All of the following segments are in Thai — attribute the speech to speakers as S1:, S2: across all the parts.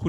S1: คุ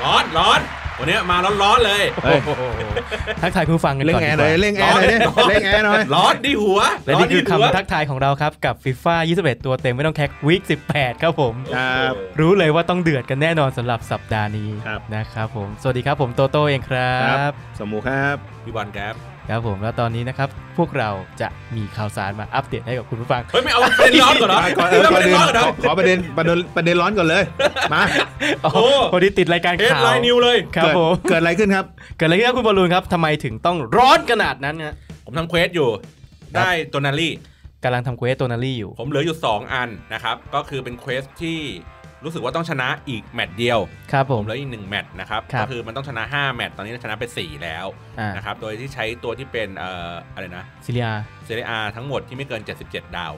S2: ร้อนร้อนวันนี้มาร้อนร้อนๆเลย
S3: เฮ้ย ทักทายผู้ฟังกัน
S4: เร่ง
S3: ก่อน
S4: แอ
S3: ดี
S4: ร์
S3: ก
S4: หน่อ
S3: ว่าย
S4: เร่งแอร์หน่อยดิเร่งแอร์หน่อย
S2: ร้อนดีหัว
S3: และ
S2: ร้อน
S3: นี่
S2: ดี
S3: คือ
S2: หัว
S3: คำทักทายของเราครับ กับฟีฟ่า21 ตัวเต็มไม่ต้องแคกวิก18 ครับผม
S4: ครับ
S3: รู้เลยว่าต้องเดือดกันแน่นอนสำหรับสัปดาห์นี้
S4: ครับ
S3: นะครับผม สวัสดีครับผมโตโต้เองครับ
S4: สมูครับ
S2: พี่บอลครับ
S3: ครับผมแล้วตอนนี้นะครับ พวกเราจะมีข่าวสารมาอัปเดตให้กับคุณผู้ฟัง
S2: เฮ้ยไม่เอาประเด็นร้อนก่อนเหรอ
S4: อ่ะก่อนเอ
S2: ไม่
S4: อ
S2: เอา
S4: ก่
S2: ป
S4: อน
S2: ระเด็น
S4: อื่น
S2: ร้อนก่อนเหรอ
S4: ขอประเด็นประเด็นประเด็นร้อนก่อนเลยมา
S3: อ๋อ
S2: โอ้
S3: พอดีติดรายการ
S2: เฮด
S3: ข่าว
S2: ไลน์นิวเลย
S3: ครั
S4: เกิ
S3: บ
S4: ด
S3: ผม
S4: เกิดอะไรขึ้นครับ
S3: เกิดอะไรขึ้นครับคุณบอลลูนครับทำไมถึงต้องร้อนขนาดนั้นฮะ
S2: ผมทำเควสอยู่ ได้ตัวนารี
S3: กำลังทำเควสตัวนารี่อยู่
S2: ผมเหลืออยู่ 2 อันนะครับ ก็คือเป็นเควสที่รู้สึกว่าต้องชนะอีกแมตช์เดียว
S3: ครับผ
S2: ผม มเหลืออีกหนึ่งแมตช์นะครับ
S3: ครับ
S2: ก็คือมันต้องชนะ 5 แมตช์ตอนนี้ชนะไป 4 แล้ว
S3: อ่า
S2: นะครับ โดยที่ใช้ตัวที่เป็นเอ่ออะไรนะ
S3: ซิเลีย
S2: เซเรียทั้งหมดที่ไม่เกิน 77 ดาว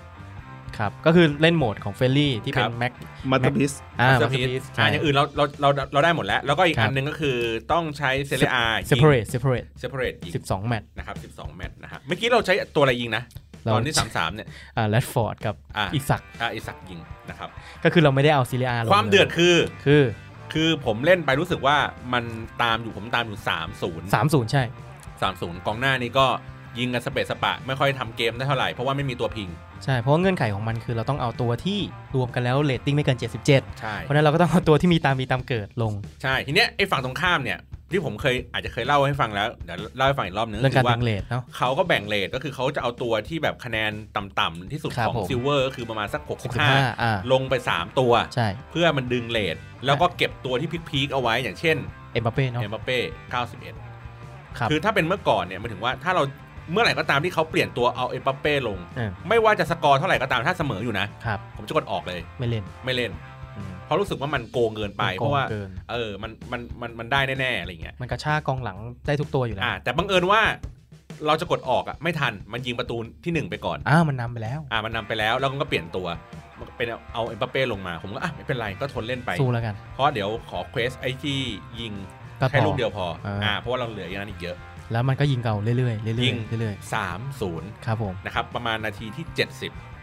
S3: ครับ ก็คือเล่นโหมดของเฟลลี่ที่เป็
S2: ครั
S3: น
S2: บ
S3: แม็ก
S4: มาตพิส
S3: อ่า
S2: Masterpiece อ่าอย่างอื่นเราเราเราเราได้หมดแล้ว แล้วก็อีก
S3: ครับ
S2: อันหนึงก็คือต้องใช้เซเรีย
S3: separate separate
S2: เยิง
S3: 12 แมตช์
S2: นะครับ12 แมตช์นะครับ เมื่อกี้เราใช้ตัวอะไรยิงนะ
S3: เรา
S2: ตอนที่ 3-3 เนี่ย
S3: อ่าแรดฟอร์ดกับ
S2: อ่า
S3: อีกสัก
S2: อ่ะไอสักยิงนะครับ
S3: ก็คือเราไม่ได้เอาซีเรียลง
S2: ความเดือด
S3: ลย
S2: คือ
S3: คือ
S2: คือผมเล่นไปรู้สึกว่ามันตามอยู่ผมตามอยู่ 3-0
S3: 30 ใช่
S2: 30 กองหน้านี้ก็ยิงกันสเปะสปะ ไม่ค่อยทำเกมได้เท่าไหร่ เพราะว่าไม่มีตัวพิง
S3: ใช่ เพราะว่าเงื่อนไขของมันคือเราต้องเอาตัวที่รวมกันแล้วเรตติ้งไม่เกิน 77
S2: ใช่
S3: เพราะฉะนั้นเราก็ต้องเอาตัวที่มีตามมีตามเกิดลง
S2: ใช่ ทีเนี้ยไอฝั่งตรงข้ามเนี่ย ที่ผมเคยอาจจะเคยเล่าให้ฟังแล้ว เดี๋ยวเล่าให้ฟังอีกรอบนึง
S3: เรื่อง
S2: ก็
S3: การ
S2: คือว่า
S3: ดึงเรตเนาะ
S2: เขาก็แบ่งเลทก็คือเขาจะเอาตัวที่แบบคะแนนต่ำๆที่สุด
S3: ครั
S2: ข
S3: บ
S2: อง
S3: ผม
S2: ซิลเวอร์ก็คือประมาณสัก
S3: 15 อ่า
S2: 65ลงไปสามตัว
S3: ใช่
S2: เพื่อมันดึงเลทแล้วก็เก็บตัวที่พีคๆเอาไว้อย่างเช่น
S3: เอ็มบัปเป้เนาะ
S2: เอ็มบัปเป้
S3: ค
S2: 91
S3: รับ
S2: คือถ้าเป็นเมื่อก่อนเนี่ยหมันถึงว่าถ้าเราเมื่อไหร่ก็ตามที่เขาเปลี่ยนตัวเอาเอ็มบัปเป้ลง
S3: อ่า
S2: ไม่ว่าจะสกอร์เท่าไหร่ก็ตามถ้าเสมออยู่นะ
S3: ครับ
S2: ผมจะกดออกเลย
S3: ไม่เล่น
S2: ไม่เล่น
S3: อืม
S2: เพราะรู้สึกว่ามันโกงเกินไป
S3: มัน
S2: เพ
S3: โกง
S2: ราะว่า
S3: เกิน
S2: เออมันมันมันมันได้แน่ๆอะไรเงี้ย
S3: มันกระชากกองหลังได้ทุกตัวอยู่แล้ว
S2: อ่าแต่บังเอิญว่าเราจะกดออกอ่ะไม่ทันมันยิงประตูที่หนึ่งไปก่อน
S3: อ้าวมันนำไปแล้ว
S2: อ่ามันนำไปแล้วแล้วก็เปลี่ยนตัวมันเป็นเอาเอ็มบัปเป้ลงมาผมก็อ่ะไม่เป็นไรก็ทนเล่นไป
S3: สู้แล้วกัน
S2: เพราะเดี๋ยวขอเควสไอ้ที่ยิง
S3: ก็
S2: แค่
S3: พอ
S2: ลูกเดียวพอ
S3: อ่า
S2: อ่าเพราะว่าเราเหลืออย่างนั้นอีกเยอะ
S3: แล้วมันก็ยิงเก่าเรื่อยๆเรื่อยๆ
S2: ยิง
S3: เรื่อย
S2: 3-0
S3: ๆครับผม
S2: นะครับประมาณนาทีที่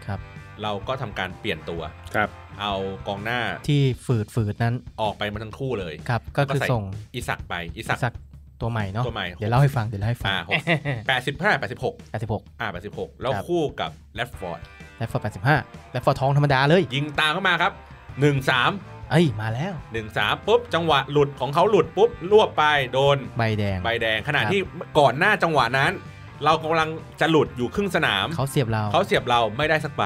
S3: ครับ
S2: 70 เราก็ทำการเปลี่ยนตัว
S4: ครับ
S2: เอากองหน้า
S3: ที่ฝืดฝืดๆนั้น
S2: ออกไปมาทั้งคู่เลย
S3: ครับก็คือส่ง
S2: อีสักไปอีสัก
S3: สักตัวใหม่เนาะ
S2: ตัวใหม่
S3: เดี๋ยวเล่าให้ฟังเดี๋ยวเล่าให้ฟัง
S2: อ่าหก แปดสิบเท่าไหร่แปดสิบหก
S3: แปดสิบหก
S2: อ่าแปดสิบหกแล้ว
S3: ครับ
S2: คู่กับแรดฟอร์ด
S3: และฟอร์แปดสิบห้าและฟอร์ทองธรรมดาเลย
S2: ยิงตามเข้ามาครับหนึ่งสาม
S3: เอ้ยมาแล้ว
S2: หนึ่งสามปุ๊บ จังหวะหลุดของเขาหลุดปุ๊บรวบไปโดน
S3: ใบแดง
S2: ใบแดงขณะ
S3: ครับ
S2: ที่ก่อนหน้าจังหวะนั้น เรากำลังจะหลุดอยู่ครึ่งสนาม
S3: เขาเสียบเรา
S2: เขาเสียบเราไม่ได้สักใบ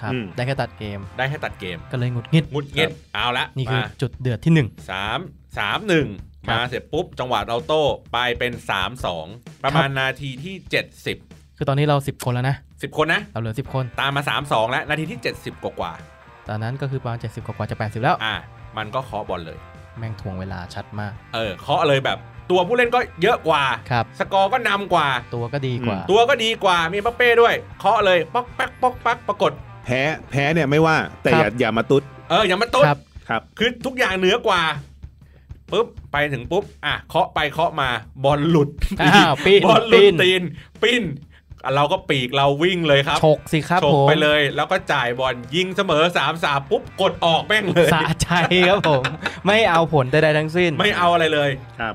S3: ครับได้แค่ตัดเกม
S2: ได้แค่ตัดเกม
S3: ก็เลยหงุดหงิด
S2: หงุดหงิดเอาละ
S3: นี่คือ
S2: มา
S3: จุดเดือดที่หนึ่ง
S2: สามสามหนึ่ง
S3: ครับ
S2: มาเสร็จปุ๊บ จังหวะเราโต้ไปเป็นสามสองประมาณนาทีที่เจ็ดสิบ
S3: คือตอนนี้เราสิบคนแล้วนะ
S2: สิบคนนะ
S3: เราเหลือสิบคน
S2: ตามมาสามสองแล้ว นาทีที่เจ็ดสิบกว่า
S3: ตอนนั้นก็คือประมาณเจ็ดสิบกว่าๆจะแปดสิบแล้ว
S2: ๆอ่ะมันก็เคาะบอลเลย
S3: แม่งถ่วงเวลาชัดมาก
S2: เออเคาะเลยแบบ ตัวผู้เล่นก็เยอะกว่า
S3: ครับ
S2: สกอร์ก็นำกว่า
S3: ตัวก็ดีกว่า
S2: ตัวก็ดีกว่ามีเป้าเป้ด้วย เคาะเลย ป๊อกแป๊กป๊อกแป๊กปรากฏ
S4: แพ้แพ้เนี่ยไม่ว่าแต่อย่าอย่ามาตุ๊ด
S2: เออ อย่างมันต้น
S3: ครับ
S4: ครับ
S2: คือทุกอย่างเหนือกว่าปุ๊บไปถึงปุ๊บอ่ะเคาะไปเคาะมาบอลหลุด
S3: อ้าวปีน
S2: บอลหลุ
S3: ปี
S2: ดตีนปิ้นอ่ะเราก็ปีกเราวิ่งเลยครับ
S3: ฉกสิครับ
S2: โฉ
S3: ผ
S2: ก
S3: ม
S2: ไปเลยแล้วก็จ่ายบอลยิงเสมอ3ามสามปุ๊บกดออกแม่งเลย
S3: สะใจครับผม ไม่เอาผลใดๆทั้งสิ้น
S2: ไม่เอาอะไรเลย
S4: ครับ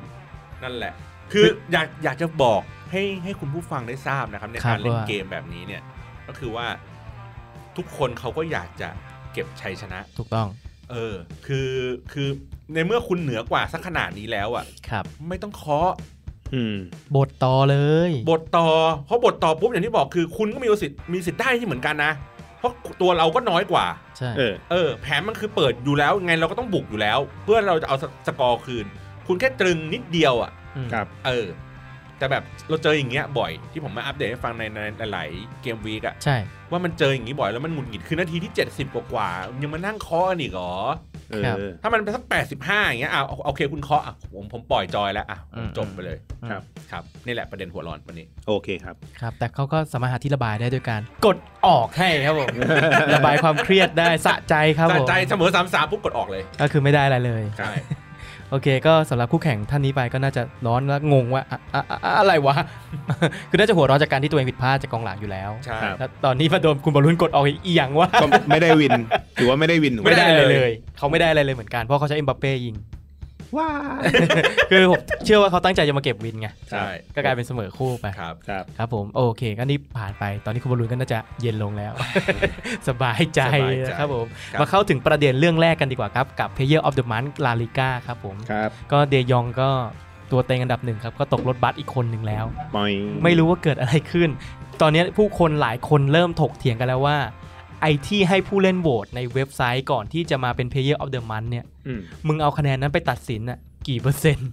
S2: นั่นแหละ คืออยากอยากจะบอกให้ให้คุณผู้ฟังได้ทราบนะครับ ใน
S3: ครั
S2: กา
S3: บ
S2: รเล่น
S3: ว่า
S2: เกมแบบนี้เนี่ย ก็คือว่าทุกคนเขาก็อยากจะเก็บชัยชนะ
S3: ถูกต้อง
S2: เออ คือคือในเมื่อคุณเหนือกว่าสักขนาดนี้แล้วอ่ะ
S3: ครับ
S2: ไม่ต้องเคาะ
S4: อืม
S3: บทต่อเลย
S2: บทต่อเพราะบทต่อปุ๊บอย่างที่บอกคือคุณก็มีสิทธิ์มีสิทธิ์ได้ที่เหมือนกันนะ เพราะตัวเราก็น้อยกว่า
S3: ใช่
S4: เออ
S2: เออแผนมันคือเปิดอยู่แล้วไงเราก็ต้องบุกอยู่แล้ว เพื่อเราจะเอาสสกอร์คืน คุณแค่ตรึงนิดเดียวอะ่ะ
S3: ม
S4: ครับ
S2: เออ แต่แบบเราเจออย่างเงี้ยบ่อยที่ผมมาอัปเดตให้ฟังในในในหลายๆเกมวีกอะ
S3: ใช่
S2: ว่ามันเจออย่างงี้บ่อยแล้วมันหงุดหงิดคือนาทีที่ 70 กว่ากว่าๆยังมานั่งเคออันอีกเหรอ
S4: เอ
S3: ครับ
S4: อ
S2: ถ้ามันเป็นสักแปดสิบห้าอย่างเงี้ยอ่ะโอเคคุณเคาะอ่ะผมผมปล่อยจอยแล้วอ่ะผมจบไปเลย
S3: อืม
S4: ครับ
S2: ครับนี่แหละประเด็นหัวร้อนวันนี้
S4: โอเคครับ
S3: ครับ แต่เขาก็สามารถหาที่ระบายได้ด้วยการกดออกให้ครับผม ระบายความเครียดได้สะใจครับ
S2: สะ
S3: ผม
S2: ใจเสมอสามสามปุ๊บกดออกเลย
S3: ก็คือไม่ได้อะไรเลย
S2: ใช่
S3: โอเค ก็สำหรับคู่แข่งท่านนี้ไปก็น่าจะร้อนและงงว่าอะอะอะอะอะไรว ะ คือน่าจะหัวร้อนจากการที่ตัวเองผิดพลาดจากกองหลังอยู่แล้ว
S2: ใช่
S4: ครับ
S3: แล้วตอนนี้มาโดนคุณบอลลุนกดออกอีกอย่างวะ
S4: ก็ ไม่ได้วินถือว่าไม่ได้วินถูกห
S3: ไม่ได้อะไรเลย เขาไม่ได้อะไรเลยเหมือนกัน เพราะเขาใช้เอ็มบัปเป้ยิง
S4: ว้า
S3: คือผมเชื่อว่าเขาตั้งใจจะมาเก็บวินไง
S2: ใช่
S3: ก็กลายเป็นเสมอคู่ไป
S2: ครับ
S4: ครับ
S3: ครับผม โอเคก็นี่ผ่านไป ตอนนี้คุณบอลลูนก็น่าจะเย็นลงแล้ว สบาย
S2: ส
S3: ใจ
S2: บายใจ
S3: นะครับผม
S2: ครับ
S3: มาเข้าถึงประเด็นเรื่องแรกกันดีกว่าครับ กับ Player of the Month La Liga ครับผม
S4: ครับ
S3: ก็เดยองก็ตัวเต็งอันดับหนึ่งครับ ก็ตกรถบัสอีกคนหนึ่งแล้ว
S4: ปอย
S3: ไม่รู้ว่าเกิดอะไรขึ้น ตอนนี้ผู้คนหลายคนเริ่มถกเถียงกันแล้วว่า ไอ้ที่ให้ผู้เล่นโหวตในเว็บไซต์ก่อนที่จะมาเป็น Player of the Month เนี่ย
S4: อืม
S3: มึงเอาคะแนนนั้นไปตัดสินอะกี่เปอร์เซ็นต์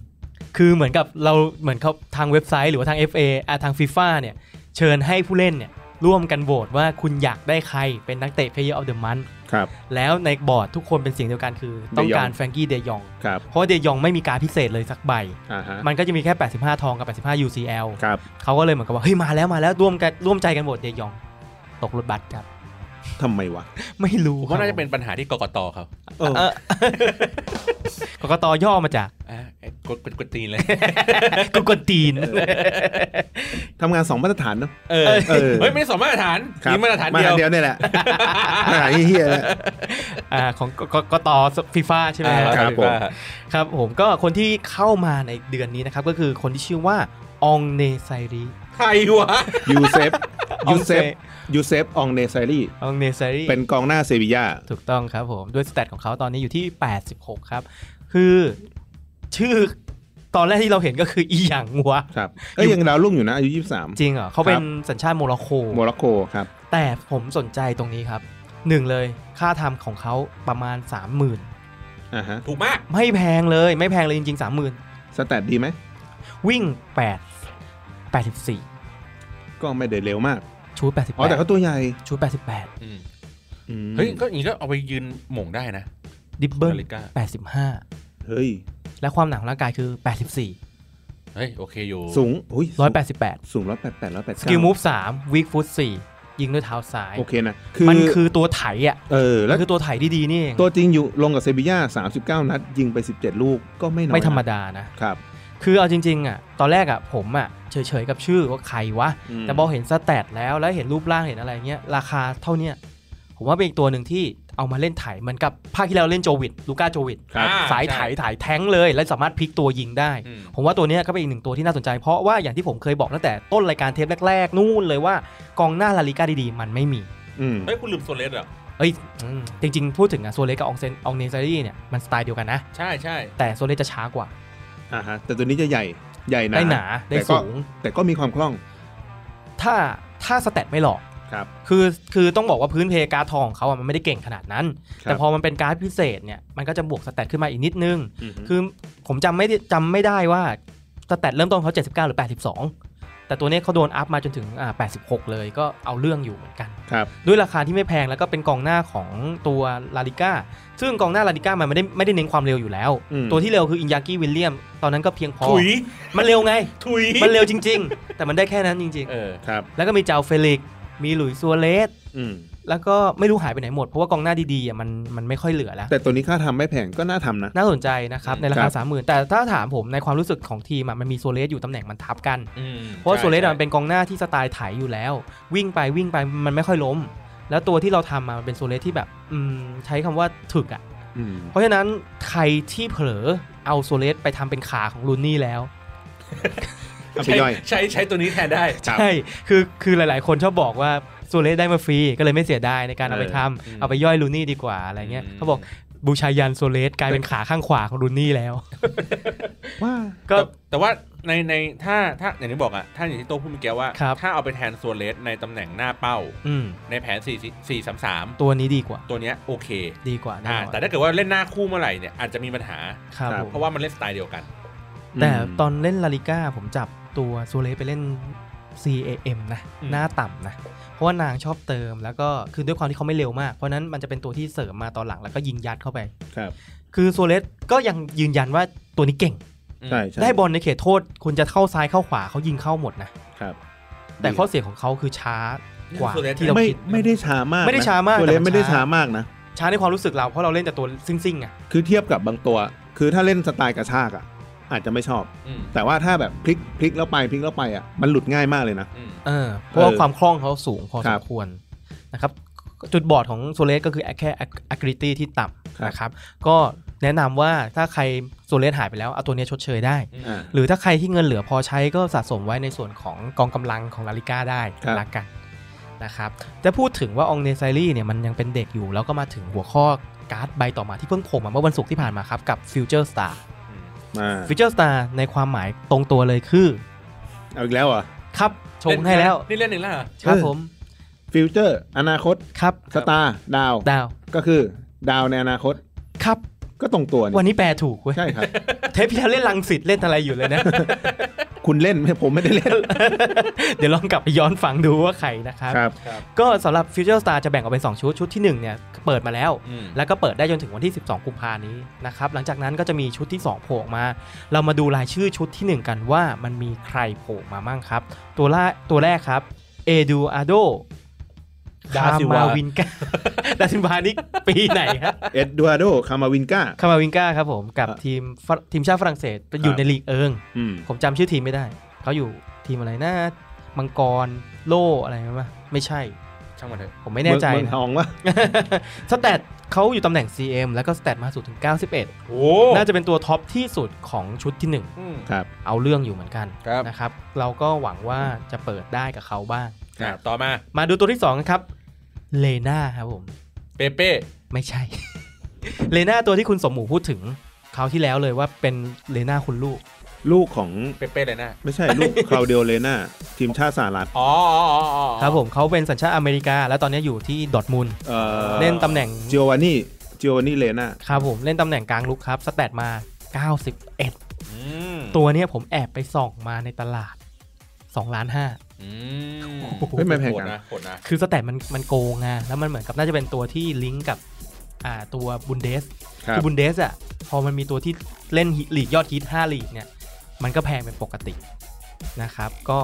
S3: คือเหมือนกับเราเหมือนเขาทางเว็บไซต์หรือว่าทาง FA อ่ะทางฟีฟ่าเนี่ย เชิญให้ผู้เล่นเนี่ย ร่วมกันโหวตว่าคุณอยากได้ใครเป็นนักเตะ Player of the Month
S4: ครับ
S3: แล้วในบอร์ดทุกคนเป็นเสียงเดียวกันคือ
S4: เดยอง
S3: ต้องการแฟรงกี้เดยอง
S4: ครับ
S3: เพราะว่าเดยองไม่มีการดพิเศษเลยสักใบ
S4: อ่าฮะ
S3: มันก็จะมีแค่ 85 ทองกับ 85 UCL
S4: ครับ
S3: เขาก็เลยเหมือนกับว่า เฮ้ย มาแล้วมาแล้วร่วมกันร่วมใจกันโหวตเดยอง ตกรถบัสครับ
S4: ทำไมวะ
S3: ไม่รู้
S2: ผมว่าน่าจะเป็นปัญหาที่กกตเขา
S4: เออ
S3: เออ กกตย่อมาจาก
S2: อ่ะกดกดกดตีนเลย
S3: กกตีน
S4: เออ ทำงานสองมาตรฐานเนาะ
S2: เออ
S4: เออ
S2: เฮ้ยไม่ได้สองมาตรฐาน
S4: ครับ
S2: มีมาตรฐานเดียว
S4: เดียวเนี่ยแหละ มาตรฐานเฮียๆแหละ
S3: อ่าของกกกตฟีฟ่าใช่ไหม
S2: อ่า
S3: ครับ
S4: ครับ ผม
S3: ครับผมก็คนที่เข้ามาในเดือนนี้นะครับ ก็คือคนที่ชื่อว่าองเนไซรี
S2: ใครวะ
S4: ยูเซ ฟ ยูเซฟ ยูเซฟ อองเนไซรี
S3: องเนไซรี
S4: เป็นกองหน้าเซบีย่า
S3: ถูกต้องครับผมด้วยสเตตของเขาตอนนี้อยู่ที่ 86 ครับ คือชื่อตอนแรกที่เราเห็นก็คืออีหยังวะ
S4: ครับ เอ้ยยังดาวรุ่งอยู่นะ อายุ 23
S3: จริงเหรอเขาเป็นสัญชาติโมร็อกโก
S4: โมร็อกโกครับ
S3: แต่ผมสนใจตรงนี้ครับหนึ่งเลยค่าทำของเขาประมาณ 30,000
S4: อ่าฮะ
S2: ถูกมาก
S3: ไม่แพงเลยไม่แพงเลยจริง ๆ 30,000
S4: สแตทดีไหม
S3: วิ่ง 8 84
S4: ก็ไม่ได้เร็วมาก
S3: ชูด
S4: อ๋อ แต่เขา
S3: 88
S4: ตัวใหญ่
S3: ชูด88
S4: อืม
S2: เฮ้ยก็อย่างนี้ก็เอาไปยืนหม่งได้นะ
S3: ดิบเบิ้ล
S2: นาฬิกา
S3: 85
S4: เฮ้ย
S3: และความหนักของร่างกายคือ 84
S2: เฮ้ยโอเคอยู่
S4: สูงอุ้ย
S3: 188
S4: สูงร้อยแปดแปดร้อยแปด
S3: สกิลมูฟ3วีคฟุต4ยิงด้วยเท้าซ้าย
S4: โอเคนะ คือ
S3: มันคือตัวไถอ่ะ
S4: เออ
S3: มั
S4: แล้ว
S3: นคือตัวไถที่ดีนี่เอง
S4: ตัวจริงอยู่ลงกับเซบีย่า39 นัด ยิงไป 17 ลูก ก็ไม่น้อยนะ
S3: ไม่ธรรมดานะ
S4: ครับ
S3: คือเอาจริงๆอ่ะตอนแรกอ่ะผมอ่ะเฉยๆกับชื่อว่าใครวะ
S4: ม
S3: แต่พอเห็นสแตทแล้วแล้วเห็นรูปร่างเห็นอะไรเงี้ยราคาเท่าเนี้ยผมว่าเป็นอีกตัวหนึ่งที่เอามาเล่นไถเหมือนกับภาคที่เราเล่นโจวิดลูก้าโจวิด
S4: ครับ
S2: อ่
S3: สายไถไถแท้งเลย และสามารถพลิกตัวยิงได้
S2: อืม
S3: ผมว่าตัวเนี้ยก็เป็นอีกหนึ่งตัวที่น่าสนใจ เพราะว่าอย่างที่ผมเคยบอกตั้งแต่ต้นรายการเทปแรก ๆ นู่นเลยว่ากองหน้าลาลิก้าดีๆ มันไม่มี
S4: อืม
S2: เฮ้ยคุณลืมโซเลสเหรอ
S3: เอ้ยอืมจริง ๆ พูดถึงอะโซเลสกับอองเซนอองเนซารีเนี่ยมันสไตล์เดียวกันนะ
S2: ใช่ใช่
S3: แต่โซเลสจะช้ากว่า
S4: อ่าฮะแต่ตัวนี้จะใหญ่ใหญ่นะ
S3: ได้หนาได้
S4: แต่ก็
S3: สูง
S4: แต่ก็มีความคล่อง
S3: ถ้าถ้าสแตทไม่หลอก
S4: ครับ
S3: คือคือต้องบอกว่าพื้นเพการ์ดทองของเขาอ่ะมันไม่ได้เก่งขนาดนั้น
S4: ครับ
S3: แต่พอมันเป็นการ์ดพิเศษเนี่ยมันก็จะบวกสแตทขึ้นมาอีกนิดนึง
S4: คือ
S3: คือผมจำไม่ได้จำไม่ได้ว่าสแตทเริ่มต้นเขา 79 หรือ 82 แต่ตัวเนี้ยเขาโดนอัพมาจนถึงอ่า86 เลยก็เอาเรื่องอยู่เหมือนกัน
S4: ครับ
S3: ด้วยราคาที่ไม่แพงแล้วก็เป็นกองหน้าของตัวลาลิก้าซึ่งกองหน้าลาลิก้ามันไม่ได้ไม่ได้เน้นความเร็วอยู่แล้ว
S4: อืม
S3: ตัวที่เร็วคืออินยากิวิลเลียมตอนนั้นก็เพียงพอ
S2: ถุย
S3: มันเร็วไง
S2: ถุย
S3: มันเร็วจริง ๆ แต่มันได้แค่นั้นจริง
S2: เออ
S4: ครับ
S3: ๆ แล้วก็มีเจ้าเฟลิกซ์มีหลุยส์ซัวเรส
S4: อืม
S3: แล้วก็ไม่รู้หายไปไหนหมด เพราะว่ากองหน้าดีๆอ่ะมันมันไม่ค่อยเหลือแล้ว
S4: แต่ตัวนี้ค่าทำไม่แพงก็น่าทำนะ
S3: น่าสนใจนะครับ ในรา
S4: ครั
S3: คา
S4: บ
S3: สามหมื่นแต่ถ้าถามผมในความรู้สึกของทีมอ่ะมันมีโซเลสอยู่ตำแหน่งมันทับกัน
S2: อืม
S3: เพราะว่า
S2: ใช่
S3: โซเลสอ่ะ
S2: ใช่
S3: มันเป็นกองหน้าที่สไตล์ไถอยู่แล้ว วิ่งไปวิ่งไปมันไม่ค่อยล้ม แล้วตัวที่เราทำมามันเป็นโซเลสที่แบบอืมใช้คำว่าถึกอ่ะ
S4: อืม
S3: เพราะฉะนั้นใครที่เผลอเอาโซเลสไปทำเป็นขาของลูนนี่แล้ว
S4: เอาไป
S2: ใช้
S4: ย่อย
S2: ใช้ใช้ตัวนี้แทนได้
S4: ครับ
S3: ใช่ คือ คือ หลาย ๆ คนชอบบอกว่าโซเลสได้มาฟรี ก็เลยไม่เสียดายในการเอาไปทำ
S2: เออ
S3: เอาไปย่อยลูนี่ดีกว่า อะไรเงี้ย
S2: อืม
S3: เขาบอกบูชายันโซเลสกลายเป็นขาข้างขวาของลูนี่แล้ว
S4: ว่า
S3: ก็
S2: แต่แต่ว่าในในถ้าถ้าอย่างที่บอกอะถ้าอย่างที่โต้งพูดเมื่อกี้ว่า
S3: ครับ
S2: ถ้าเอาไปแทนโซเลสในตำแหน่งหน้าเป้า
S3: อืม
S2: ในแผน 4 4 3 3
S3: ตัวนี้ดีกว่า
S2: ตัวเนี้ยโอเค
S3: ดีกว่าแน่
S2: อ่าน
S3: อน
S2: แต่ถ้าเกิดว่าเล่นหน้าคู่เมื่อไหร่เนี่ยอาจจะมีปัญหา
S3: ครับ
S4: ครับ
S3: ผม
S2: เพราะว่ามันเล่นสไตล์เดียวกัน
S3: แต่ตอนเล่นลาลิก้าผมจับตัวโซเลสไปเล่น CAM นะ
S1: อืม
S3: หน้าต่ำนะ เพราะว่านางชอบเติมแล้วก็คือด้วยความที่เขาไม่เร็วมากเพราะฉะนั้นมันจะเป็นตัวที่เสริมมาตอนหลังแล้วก็ยิงยัดเข้าไป
S4: ครับ
S3: คือโซเลสก็ยังยืนยันว่าตัวนี้เก่ง
S4: ใช่ใช่
S3: ได้บอลในเขตโทษ คุณจะเข้าซ้ายเข้าขวาเขายิงเข้าหมดนะครับ แต่ข้อเสียของเขาคือช้ากว่า
S2: โซเลส
S3: ที่เรา
S4: ไม่
S3: คิด
S4: ไม่ได้ช้ามาก
S3: ไม่ได้ช้ามาก
S4: นะตัว
S3: แต่
S4: เล่
S3: มัน น
S4: ไม่ได้
S3: ช้า
S4: ช้ามากนะ
S3: ช้าในความรู้สึกเราเพราะเราเล่นแต่ตัวซิ่งๆอ่ะ
S4: คือเทียบกับบางตัว คือถ้าเล่นสไตล์กระชากอ่ะ อาจจะไม่ชอบ
S2: อืม
S4: แต่ว่าถ้าแบบพลิกพลิกแล้วไปพลิกแล้วไปอ่ะมันหลุดง่ายมากเลยนะ
S2: อืม
S3: เออเพราะว่า
S4: เออ
S3: ความคล่องเขาสูงพอ
S4: ค
S3: ส
S4: รั
S3: ม
S4: บ
S3: ควรนะครับจุดบอดของโซเลสก็คือแค่ agility ที่ต่
S4: ครับ
S3: ำนะครับก็แนะนำว่าถ้าใครโซเลสหายไปแล้วเอาตัวเนี้ยชดเชยได้
S4: อ่า
S3: หรือถ้าใครที่เงินเหลือพอใช้ก็สะสมไว้ในส่วนของกองกำลังของลาลิก้าได้
S4: ครับ
S3: ละกันนะครับแต่พูดถึงว่าองเนไซรี่เนี่ยมันยังเป็นเด็กอยู่ แล้วก็มาถึงหัวข้อการ์ดใบต่อมาที่เพิ่งโผล่มาเมื่อวันศุกร์ที่ผ่านมาครับกับ Future Star
S4: มา
S3: Future Star ในความหมายตรงตัวเลยคือ
S4: เอาอีกแล้วเหรอ่ะ
S3: ครับชงให้แล้ว
S2: นี่เล่นหนึ่งแล้วเหรอ
S3: ครับผม
S4: ฟิวเจอร์ อนาคต
S3: ครับ
S4: สตาร์ดาว
S3: ดาว
S4: ก็คือดาวในอนาคต
S3: ครับ
S4: ก็ตรงตัว
S3: วั
S4: นี่
S3: นนี้แปลถูกเว้ย
S4: ใช่ครับ
S3: เทปที่แล้วเล่นลังสิตเล่นอะไรอยู่เลยนะ
S4: คุณเล่นไหมผมไม่ได้เล่น
S3: เดี๋ยวลองกลับไปย้อนฟังดูว่าใครนะครับ
S4: ครับ
S3: ก็สำหรับ Future Star จะแบ่งออกเป็น 2 ชุด ชุดที่ 1 เนี่ย เปิดมาแล้ว
S2: อืม
S3: แล้วก็เปิดได้จนถึงวันที่ 12 กุมภานี้นะครับ หลังจากนั้นก็จะมีชุดที่ 2 โผล่ออกมา เรามาดูรายชื่อชุดทีหนึ่1 กันว่ามันมีใครโผล่มามั่งครับ ตัวละตัวแรกครับเอดูอาโด
S2: ดาซิลวา
S3: ควิน กาดาซิลวานี่ปีไหน ครับ
S4: เอ็ดดูอาร์โด คามาวินกา
S3: คามาวิงกาครับผมกับ
S4: ครับ
S3: ทีมฝรทีมชาติฝรั่งเศสไปอ
S4: ค
S3: ยู่
S4: รับ
S3: ในลีกเอิง
S4: อืม
S3: ผมจำชื่อทีมไม่ได้ เขาอยู่ทีมอะไรนะมังกรโลอะไรไหมวะไม่ใช่
S2: ช่างมันเถอะ
S3: ผมไม่แน่ใจ
S4: เมือง
S3: นะ
S4: ทองวะ
S3: สแตทเขาอยู่ตำแหน่ง CM แล้วก็สแตทมาสุดถึง 91
S2: โอ้
S3: น่าจะเป็นตัวท็อปที่สุดของชุดที่
S2: อืม
S4: ครับ
S3: 1 เอาเรื่องอยู่เหมือนกัน
S2: ครับ
S3: นะครับ เราก็หวังว่าจะเปิดได้กับเขาบ้าง
S2: อ่ะต่อมา
S3: มาดูตัวที่2กันครับเลน่าครับผม
S2: เปเป้
S3: ไม่ใช่ เลน่าตัวที่คุณสมหมูพูดถึงคราวที่แล้วเลยว่าเป็นเลน่าคุณลูก
S4: ลูกของ
S2: เปเป้เลยนะ
S4: ไม่ใช่ลู ก คลาวเดียเลน่าทีมชาติสหรัฐ
S2: อ๋ออ๋ออ๋ออ๋อ
S3: ครับผมเขาเป็นสัญชาติอเมริกา แล้วตอนนี้อยู่ที่ดอร์ทมุนด์
S4: เอ่อ
S3: เล่นตำแหน่ง
S4: จิโอวานี่จิโอวานี่เลน่า
S3: ครับผมเล่นตำแหน่งกลางลุกครับ สแตทมา 91
S2: อืม
S3: ตัวเนี้ยผมแอบไปส่องมาในตลาด2ล้านห้า
S2: อืม
S4: เฮ้ยไม่แพง
S2: โหด
S4: กัน
S2: นะโหดนะ
S3: คือสแตทมันมันโกงอะแล้วมันเหมือนกับน่าจะเป็นตัวที่ลิงก์กับอ่าตัวบุนเดส
S4: ครับ
S3: อบุนเดสอะพอมันมีตัวที่เล่นลีกยอดฮิต5ลีกเนี่ย มันก็แพงเป็นปกตินะครับ ก็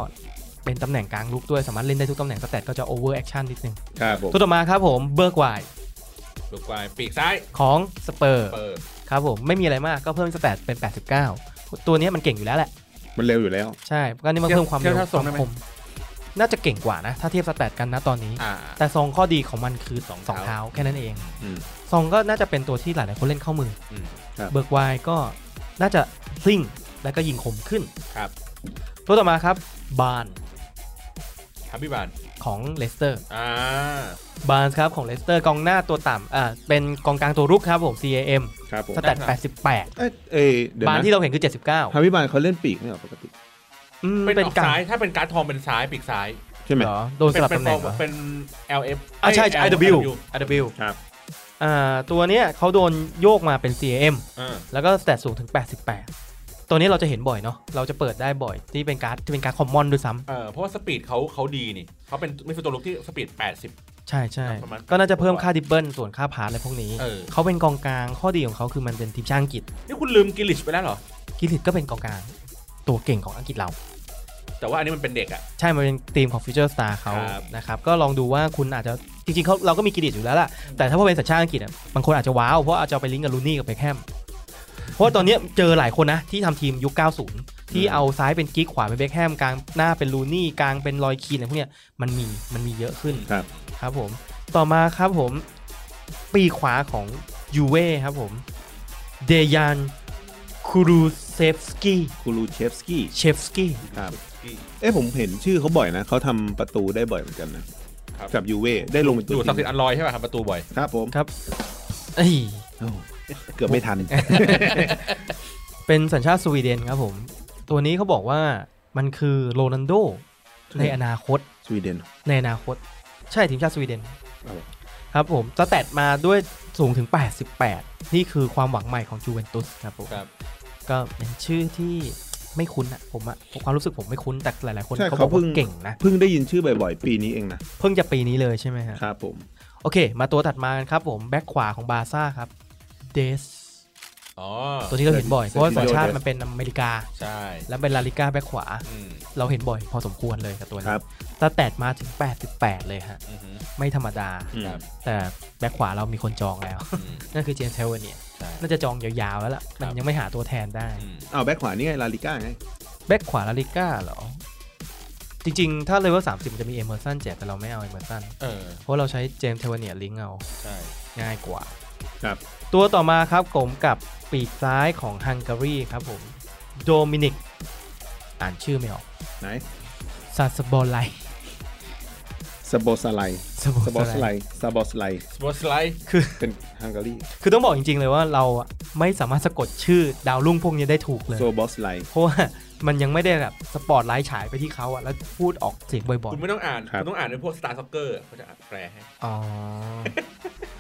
S3: เป็นตำแหน่งกลางลุกด้วยสามารถเล่นได้ทุกตำแหน่งสแตทก็จะโอเวอร์แอคชั่นนิดนึง
S4: ครับผม
S3: ตัวต่อมาครับผมเบิร์กไว
S2: ลูกควายปีกซ้าย
S3: ของสเปอร์
S2: เปิด
S3: ครับผมไม่มีอะไรมากก็เพิ่มสแตทเป็น 89 ตัวเนี้ยมันเก่งอยู่แล้วแหละ
S4: มันเร็วอยู่แล้ว
S3: ใช่ก็นี่มันเพิ่มความเร็วความคมน่าจะเก่งกว่านะ ถ้าเทียบสแตทกันนะตอนนี้
S2: อ่า
S3: แต่ซองข้อดีของมันคือสอง
S2: สอง
S3: เท้า
S2: เท้า
S3: แค่นั้นเอง
S4: อืม
S3: ซองก็น่าจะเป็นตัวที่หลายๆคนเล่นเข้ามืออ
S2: ม
S4: ครับ
S3: เบิร์กไวายก็น่าจะซิ่งแล้วก็ยิงคมขึ้น
S2: ครับ
S3: ตัวต่อมาครับบาน
S2: ฮับบี้บาน
S3: ของเลสเตอร์
S2: อ่า
S3: บานครับของเลสเตอร์กองหน้าตัวต่ำอ่าเป็นกองกลางตัวรุกครับผม CAM
S4: ครับผม
S3: สแตท88
S4: เอ้ยเอ้ยเดี๋ยว
S3: บานที่
S4: นะ
S3: เราเห็นคือ 79
S4: ฮาวิบานเขาเล่นปีกไม่เหรอปกติ
S3: อืม
S2: เป็น
S3: เป็น
S2: ออก
S3: กา
S2: ซ้าร ยถ้าเป็นการ์ดทองเป็นซ้ายปีกซ้าย
S4: ใช่ไหม
S3: เหรอโดนส
S2: เป็น
S3: ลับ
S2: เป็น
S3: ตำแหน่งเหรอ
S2: เป็น LF
S3: อ่ะใช่
S2: เย
S3: IW IW
S4: ครับ
S3: อ่าตัวเนี้ยเขาโดนโยกมาเป็น CAM
S2: อ่า
S3: แล้วก็สแตทสูงถึง 88 ตัวนี้เราจะเห็นบ่อยเนาะเราจะเปิดได้บ่อยที่เป็นการ์ดที่เป็นการ์ดคอมมอนด้วยซ้
S2: เออเพราะว่าสปีดเขาเขาดีนี่เขาเป็นมิดฟิลด์ตัวลุกที่สปีด 80
S3: ำใช่ใช่
S2: ประมาณ
S3: ก็น่าจะเพิ่มค่าดิบเบิลส่วนค่าพาร์ทอะไรพวกนี้
S2: เออ
S3: เขาเป็นกองกลางข้อดีของเขาคือมันเป็นทีมชาติอังกฤษ
S2: นี่คุณลืมกิลิชไปแล้วเหรอ
S3: กิลิตก็เป็นกองกลาง ตัวเก่งของอังกฤษเรา
S2: แต่ว่าอันนี้มันเป็นเด็กอ่ะ
S3: ใช่ มันเป็นทีมของฟิวเจอร์สตาร์เขา
S2: ครับ
S3: นะครับ ก็ลองดูว่าคุณอาจจะ จริงๆเขาเราก็มีกิริตอยู่แล้วล่ะ แต่ถ้าว่าเป็นสัญชาติอังกฤษอ่ะบางคนอาจจะว้าว เพราะอาจจะเอาไปลิงก์กับลูนี่กับไปแคมเพราะว่าตอนเนี้ยเจอหลายคนนะ ที่ทำทีมยุค 90 ที่เอาซ้ายเป็นกิ๊กขวาเป็นเบคแฮมกลางหน้าเป็นลูนี่กลางเป็นลอยคีนอะไรพวกเนี้ยมันมีมันมีเยอะขึ้น
S4: ครับ
S3: ครับผม ต่อมาครับผม ปีกขวาของยูเว่ครับผมเดยานคูรูเซฟสกี้
S4: คูรูเชฟสกี้
S3: เชฟสกี้
S4: ครับเอ้ยผมเห็นชื่อเขาบ่อยนะเขาทำประตูได้บ่อยเหมือนกันนะครับ กับยูเว่ได้ลงเป็นตั
S2: อ
S4: ว
S2: ยู่
S4: จ
S2: ศักดิ์สิท
S4: ริง
S2: ธิ์อันลอยใช่ป่ะทำประตูบ่อย
S4: ครับผม
S3: ครับเอ้ย
S4: โอ้เกือบไม่ทัน
S3: เป็นสัญชาติสวีเดนครับผม ตัวนี้เขาบอกว่ามันคือโรนัลโดในอนาคต
S4: สวีเดน
S3: ในอนาคต ใช่ทีมชาติสวีเดน
S4: เอาเหรอ
S3: ครับผมสแตทมาด้วยสูงถึง 88 นี่คือความหวังใหม่ของจูเวนตุสครับผม
S2: ครับ
S3: ก็เป็นชื่อที่ ไม่คุ้นอะผมอะความรู้สึกผมไม่คุ้นแต่หลายๆคน
S4: ใช่
S3: เขาบ
S4: เขา
S3: อก
S4: เพิ่ง
S3: ว่าเก่งนะ
S4: เพิ่งได้ยินชื่อบ่อยๆ ปีนี้เองนะ
S3: เพิ่งจะปีนี้เลยใช่ไหมฮะ
S4: ครับผม
S3: โอเค มาตัวถัดมากันครับผมแบ็คขวาของบาร์ซ่าครับเดส
S2: อ๋อ
S3: ตัวนี้เราเห็นบ่อยเพราะว่าสัญชาติมันเป็นอเมริกา
S2: ใช่
S3: และเป็นลาลิก้าแบ็คขวา
S2: อืม
S3: เราเห็นบ่อยพอสมควรเลยกับตัว
S4: ค
S3: นี้
S4: รับ
S3: ตาแตดมาถึง 88 เลยฮะ
S2: อือหือ
S3: ไม่ธรรมดา
S2: ครับ
S3: แต่แบ็คขวาเรามีคนจองแล้ว
S2: อืม
S3: นั่นคือเจมส์เทลเวอร์เนีย
S2: ใช่
S3: น่าจะจองยาวๆแล้วล่ะ มัน
S2: ครับ
S3: ยังไม่หาตัวแทนได้
S2: อืม
S4: เอาแบ็คขวานี่ไงลาลิก้าไง
S3: แบ็คขวาลาลิก้าเหรอ จริงๆ ถ้าเลเวล30 มันจะมีเอเมอร์สันแจกแต่เราไม่เอาเอเมอร์สัน
S2: เออ
S3: เพราะเราใช้เจมส์เทลเวอร์เนียลิงก์เอา
S2: ใช่
S3: ง่ายกว่า
S4: ครับ
S3: ตัวต่อมาครับผมกับปีกซ้ายของฮังการีครับผมโดมินิกอ่านชื่อไม่ออก
S4: ไหน
S3: ซาสบอลไล
S4: สโบสไล
S3: ซา
S4: สโบสไลสโบสไล
S2: สปอร์ตไลท์
S3: คือ
S4: เป็นฮังการี
S3: คือต้องบอกจริงๆเลยว่าเราอะไม่สามารถสะกดชื่อดาวรุ่งพวกนี้ได้ถูกเลย
S4: โซบอสไล
S3: เพราะว่ามันยังไม่ได้แบบสปอตไลท์ฉายไปที่เขาอะแล้วพูดออกเสียงบ่อย
S2: คุณไม่ต้องอ่าน
S4: ครับ
S2: คุณต้องอ่านในพวกสตาร์ซ็อกเกอร์เขาจะอ่านแปลให้
S3: ๆอ๋อ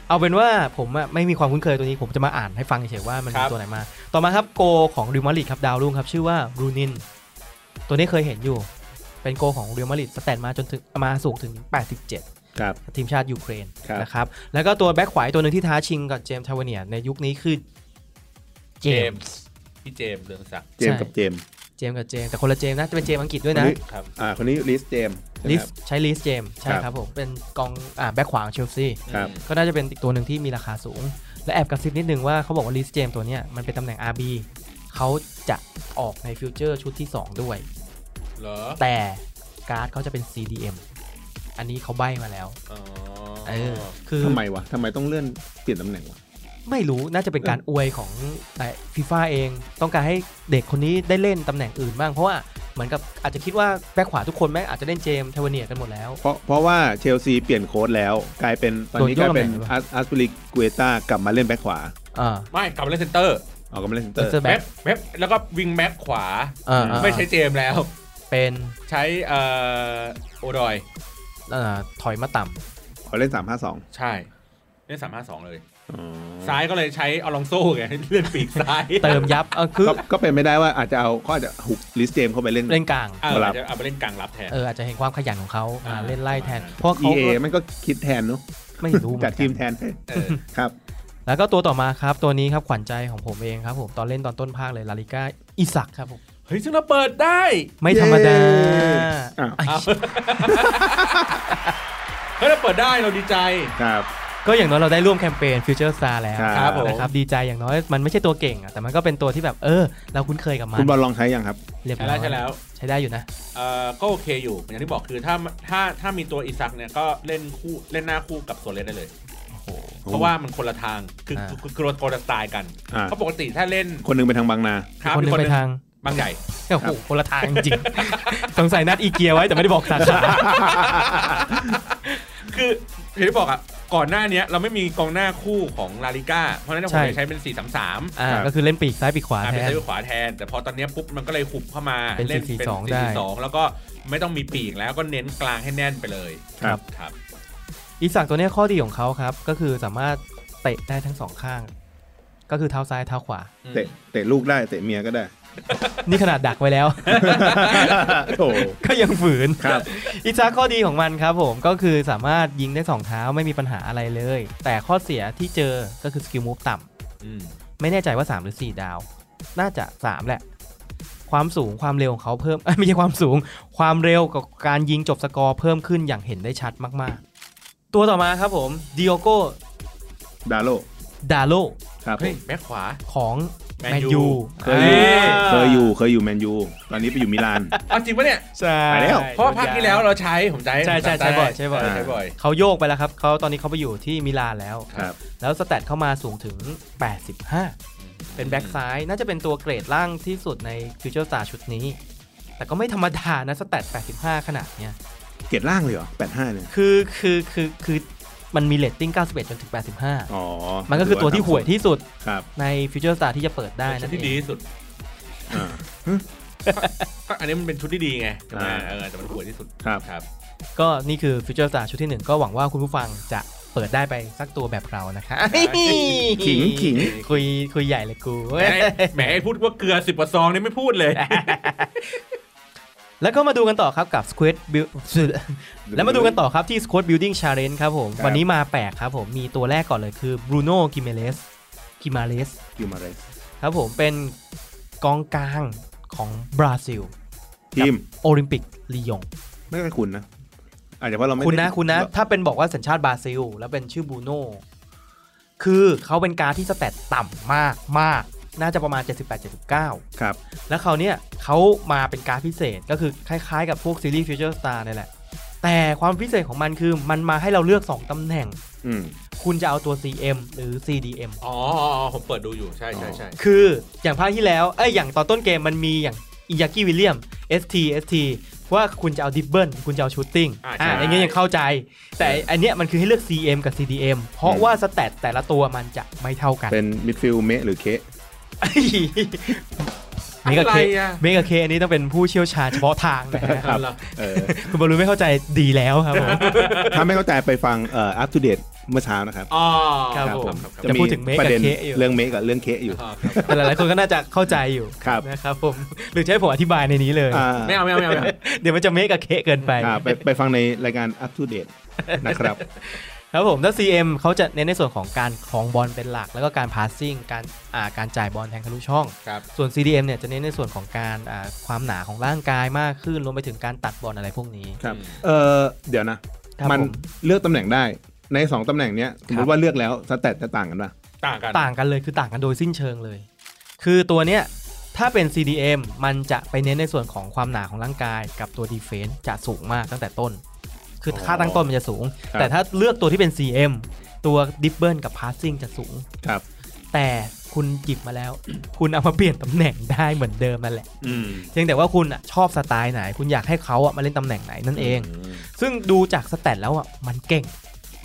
S3: เอาเป็นว่าผมอะไม่มีความคุ้นเคยตัวนี้ผมจะมาอ่านให้ฟังเฉยๆว่ามัน
S2: ครั
S3: มี
S2: บ
S3: ตัวไหนมา ต่อมาครับโกของริมาริดครับดาวรุ่งครับ ชื่อว่าบรูนิน ตัวนี้เคยเห็นอยู่ เป็นโกของเรียมาริดสแตนมาจนถึงมาสูงถึง 87
S4: ครับ
S3: ทีมชาติยูเครน
S4: ครับ
S3: นะครับแล้วก็ตัวแบ็คขวาอีกตัวหนึ่งที่ท้าชิงกับเจมส์ทาวเนียร์ในยุคนี้คือเจมส์
S2: พี่เจมส์เรืองศักดิ์
S4: เจมส์
S3: ใช่
S4: กับเจมส์
S3: เจมส์กับเจมส์แต่คนละเจมส์นะจะเป็นเจมส์อังกฤษด้วยนะ
S2: ครับ
S4: อ่าคนนี้ลิสเจมส์ใช่ไหม
S3: ลิส
S4: ครับ
S3: ใช้ลิสเจมส์ใช่
S4: ครับ
S3: ครับผม เป็นกองอ่าแบ็คขวาของเชลซี
S4: ครับ
S2: อืม
S3: ก็น่าจะเป็นอีกตัวหนึ่งที่มีราคาสูง และแอบกระซิบนิดนึงว่าเขาบอกว่าลิสเจมส์ตัวเนี้ยมันเป็นตำแหน่ง RB เขาจะออกในฟิวเจอร์ชุดที่ 2 ด้วย
S2: เหรอ
S3: แต่การ์ดเขาจะเป็น CDM อันนี้เขาใบ้มาแล้ว
S2: อ๋อ
S3: เออคือ
S4: ทำไมวะทำไมต้องเลื่อนเปลี่ยนตำแหน่งวะ
S3: ไม่รู้น่าจะเป็นการอวยของฟีฟ่าเอง ต้องการให้เด็กคนนี้ได้เล่นตำแหน่งอื่นบ้างเพราะว่าเหมือนกับอาจจะคิดว่าแบ็คขวาทุกคนแม่งอาจจะเล่นเจมส์เทวเนียกันหมดแล้ว
S4: เพราะเพราะว่าเชลซีเปลี่ยนโค้ดแล้ว กลายเป็นตอนนี้
S3: โดนโยก
S4: กลายเป็น
S3: ตำแหน่งหรือเปล่า
S4: อาร์อาร์สปิลิกุเอต้ากลับมาเล่นแบ็คขวา
S3: อ่า
S2: ไม่กลับมาเล่นเซนเตอร์
S4: ออกกำลังเล่นเซนเต
S3: เล
S4: อ
S3: สเตอ
S4: ร์
S3: ร์
S2: แม็
S3: แบ็
S2: ก
S3: ค
S2: แม็กแล้วก็วิงแม็กขวา
S3: อ่าอ่า
S2: ไม่ใช้เจมส์แล้ว
S3: เป็น
S2: ใช้เอ่อโอดอย
S3: เอ่อถอยมาต่ำ
S4: เขาเล่นสามห้าสอง
S2: ใช่เล่นสามห้าสองเลย ซ้ายก็เลยใช้อลองโซ่ไง เล่นปีกซ้าย
S3: เติมยับเออคือ
S4: ก็ก็เป็นไม่ได้ว่าอาจจะเอาเขาอาจจะหุกลิสเจมเข้าไปเล่น
S3: เล่นกลาง
S2: เอา
S4: สลั
S2: อา
S4: บ
S2: จจะเอาไปเล่นกลางรับแทน
S3: เอออาจจะเห็นความขยันของเขา
S2: อ่า
S3: อ่าเล่นไล่แทน เพราะเขา
S4: EA มันก็คิดแทนเนาะ
S3: ไม่รู้เหมื
S4: จั
S3: อ
S4: ด
S3: น
S4: ที
S3: กั
S4: ม
S3: น
S4: แทน
S2: เออ
S4: ครับ
S3: แล้วก็ตัวต่อมาครับ ตัวนี้ครับ ขวัญใจของผมเองครับผมตอนเล่นตอนต้นภาคเลยลาลิก้าอิสักครับผม
S2: เฮ้ยซึ่งเราเปิดได้
S3: ไม่ธรรมดา
S4: อ้าว
S3: ไอ้
S2: เอาเฮ้ยเราเปิดได้เราดีใจ
S4: ครับ
S3: ก็อย่างน้อยเราได้ร่วมแคมเปญ Future Star แล้ว
S4: ครับ
S2: ครับผม
S3: นะครับดีใจอย่างน้อยมันไม่ใช่ตัวเก่งอะแต่มันก็เป็นตัวที่แบบเออ เราคุ้นเคยกับมั
S4: คุ
S3: น
S4: ณบอลลองใช้ยังครับ
S3: เรียบ
S2: ใช่
S3: ร้อ
S2: แล้วใช่
S3: ย
S2: แล้ว
S3: ใช้ได้อยู่นะ
S2: เอ่อก็โอเคอยู่อย่างที่บอกคือถ้าถ้าถ้ามีตัวอิซักเนี่ยก็เล่นคู่เล่นหน้าคู่กับโซเลสได้เลย เพราะว่ามันคนละทางคือ
S3: อ่า
S2: คือคือคือคนละสไตล์กัน
S4: อ่า
S2: เพราะปกติถ้าเล่น
S4: คนหนึงไปทางบางนา
S2: ครับ
S3: คนหนึง
S2: มี
S3: ไปทาง
S2: บางใหญ่
S3: โอ้โหคนละทางจริงๆสงสัยนัดอีเกียไว้แต่ไม่ได้บอกสาขา
S2: คืออย่างที่บอกอ่ะก่อนหน้าเนี้ยเราไม่มีกองหน้าคู่ของลาลิก้าเพราะฉะนั้นผม
S3: ใช่
S2: จะใช้เป็น 4 3 3
S3: อ่า
S4: ครับ
S3: ก็คือเล่นปีกซ้ายปีกขวา
S2: อ่า
S3: แท
S2: เป็น
S3: น
S2: ซ้ายขวาแทน แต่พอตอนเนี้ยปุ๊บมันก็เลยหุบเข้ามา
S3: เป็น
S2: ล่
S3: 4-4-2ได้
S2: 4-4-2แล้วก็ไม่ต้องมีปีกแล้วก็เน้นกลางให้แน่นไปเลย
S4: ครับ
S2: ครับ
S3: อีสักตัวเนี้ยข้อดีของเขาครับ ก็คือสามารถเตะได้ทั้งสองข้าง ก็คือเท้าซ้ายเท้าขวา
S2: อืม
S4: เตะเตะลูกได้เตะเมียก็ ได้
S3: นี่ขนาดดักไว้แล้ว
S4: โอ้
S3: ก็ยังฝืน
S4: ครับ
S3: อีสักข้อดีของมันครับผมก็คือสามารถยิงได้สองเท้าไม่มีปัญหาอะไรเลย แต่ข้อเสียที่เจอก็คือสกิลมูฟต่ำ
S2: อืม
S3: ไม่แน่ใจว่า 3 หรือ 4 ดาว น่าจะ 3 แหละ ความสูงความเร็วของเขาเพิ่ม เอ้ยไม่ใช่ความสูง ความเร็วกับการยิงจบสกอร์เพิ่มขึ้นอย่างเห็นได้ชัดมากๆ ตัวต่อมาครับผมดิโอโก
S4: ดาโล
S3: ดาโล
S4: ครับ
S2: เฮ้ยแบ็คขวา
S3: ของแม
S2: แม
S3: น
S2: นยู
S3: ยู
S4: เคยอยู่
S2: อ่า
S4: เคยอยู่เคยอยู่แมนยูตอนนี้ไปอยู่มิลาน
S2: เอาจริงปะเนี่ย
S3: ใช่
S4: ไปแล้ว
S2: เพราะว่าภาคที่แล้วเราใช้ผมใช้
S3: ใช่ใช่ใช่บ่อยใช่บ่อย
S2: ใช้บ่อย
S3: เขาโยกไปแล้วครับเขาตอนนี้เขาไปอยู่ที่มิลานแล้ว
S4: ครับ
S3: แล้วสแตทเข้ามาสูงถึง 85 เป็นแบ็กซ้ายน่าจะเป็นตัวเกรดล่างที่สุดในฟิวเจอร์สตาร์ชุดนี้ แต่ก็ไม่ธรรมดานะสแตท85 ขนาดเนี้ย
S4: เกรดล่างเลยเหรอแปดห้าเนี่ย
S3: คือคือคือคือมันมีเลตติ้ง 91 จนถึง 85
S4: อ๋อ
S3: มันก็คือตัวที่ห่วยที่สุด
S4: ครับ
S3: ในฟิวเจอร์สตาร์ที่จะเปิดได้
S2: ชุ
S3: นั่
S2: ด
S3: น
S2: ที่
S3: เอ
S2: ดี
S3: ง
S2: ที่สุด
S4: อ่า
S2: ก็อันนี้มันเป็นชุดที่ดีไงใช่ไหม
S4: อ่า
S2: เออแต่มันห่วยที่สุด
S4: ครับ
S2: ครับ
S3: ก็นี่คือฟิวเจอร์สตาร์ชุดที่หนึ่งก็หวังว่าคุณผู้ฟังจะ เปิดได้ไปสักตัวแบบเรานะคะ
S4: ขิงขิง
S3: คุยคุยใหญ่เลยกู
S2: แหมแหมพูดว่าเกลือสิบกว่าซองนี่ไม่พูดเลย
S3: แล้วก็มาดูกันต่อครับกับ Squid Build แล้วมาดูกันต่อครับที่ Squid Building Challenge ครับผม
S4: ครับ
S3: วันนี้มาแปลกครับผม มีตัวแรกก่อนเลยคือ Bruno g i m a l e s g i m a l e s
S4: อยู่มาเลย
S3: ครับผมเป็นกองกลางของบราซิล
S4: ทีม
S3: โอลิมปิกลียง
S4: ไม่ค่อยคุณนะ อาจจะเพราะเราไม่
S3: คุณนะ
S4: ได้
S3: คุณนะ
S4: เรา
S3: ถ้าเป็นบอกว่าสัญชาติบราซิล แล้วเป็นชื่อบรูโน่คือเขาเป็นการดที่สแตตต่ำมากมาก น่าจะประมาณ 78-79
S4: ครับ
S3: แล้วเขาวเนี่ยเขามาเป็นการดพิเศษก็คือคล้ายๆกับพวกซีรีส์ฟิวเจอร์สตาร์นี่แหละ แต่ความพิเศษของมันคือมันมาให้เราเลือก 2ตำแหน่ง
S4: อืม
S3: คุณจะเอาตัว CM หรือ CDM
S2: อ๋อผมเปิดดูอยู่ใช่ใช่ใช่
S3: คืออย่างภาคที่แล้ว เอ้ย อย่างตอนต้นเกมมันมีอย่างอิยากิวิลเลียม ST ST ว่าคุณจะเอาดิบเบิลคุณจะเอาชูตติ้ง
S2: าใช่
S3: อ่าอย่างเงี้ยยังเข้าใจ แต่อันเนี้ยมันคือให้เลือก CM กับ CDM เพราะ
S4: อืม
S3: ว่าสแตทแต่ละตัวมันจะไม่เท่ากัน
S4: เป็นมิดฟิลด์เมะหรือเค
S3: เมกะเค
S2: อะไรอะ
S3: เมกะเคอันนี้ต้องเป็นผู้เชี่ยวชาญเฉพาะทางนะฮะ
S2: เอาละ
S4: เออ
S3: คุณบอลลูนไม่เข้าใจดีแล้วครับผม
S4: ถ้าไม่เข้าใจไปฟังเอ่ออัป o ูเดตเมื่อเช้านะครับ
S2: อ๋อ
S3: ครับผม
S2: ครับค
S3: จะพูดถึงเมะกั
S4: ป
S3: บ
S4: ระเด็น
S3: เคะอยู่
S4: เรื่องเมะกับเรื่องเคะอยู่
S2: รับครับ
S3: แต่หลายๆคนก็น่าจะเข้าใจอยู่
S4: ครับ
S3: นะครับผมหรือจะให้ผมอธิบายในนี้เลย
S4: อ่า
S2: ไม่เอาไม่เอาไม่เอาไม่เอา
S3: เดี๋ยวมันจะเมกะเคะเกินไป
S4: อ่าไปไปฟังในรายการอัป o ูเดตนะครับ
S3: ครับผมถ้า CM เขาจะเน้นในส่วนของการคลองบอลเป็นหลัก แล้วก็การพาสซิ่งการอ่าการจ่ายบอลแทงทะลุช่อง
S2: ครับ
S3: ส่วน CDM เนี่ยจะเน้นในส่วนของการอ่าความหนาของร่างกายมากขึ้นรวมไปถึงการตัดบอลอะไรพวกนี้
S4: ครับ เออเดี๋ยวนะ
S3: ครับ
S4: มัน
S3: ผม
S4: เลือกตำแหน่งได้ ในสองตำแหน่งเนี้ยสมม
S3: ครั
S4: ติ
S3: บ
S4: ว่าเลือกแล้วสแตทจะต่างกันป่ะ
S2: ต่างกัน
S3: ต่างกันเลยคือต่างกันโดยสิ้นเชิงเลย คือตัวเนี้ยถ้าเป็น CDM มันจะไปเน้นในส่วนของความหนาของร่างกาย กับตัว Defense จะสูงมากตั้งแต่ต้น คือค่าตั้งต้นมันจะสูง
S4: ครับ
S3: แต่ถ้าเลือกตัวที่เป็น CM ตัว d i b b l e กับ Passing จะสูง
S4: ครับ
S3: แต่คุณหยิบมาแล้ว คุณเอามาเปลี่ยนตำแหน่งได้เหมือนเดิมนั่นแหละ
S4: อืม
S3: เพียงแต่ว่าคุณอะชอบสไตล์ไหน คุณอยากให้เขาอะมาเล่นตำแหน่งไหนนั่นเอง ซึ่งดูจากสแตทแล้วอะมันเก่ง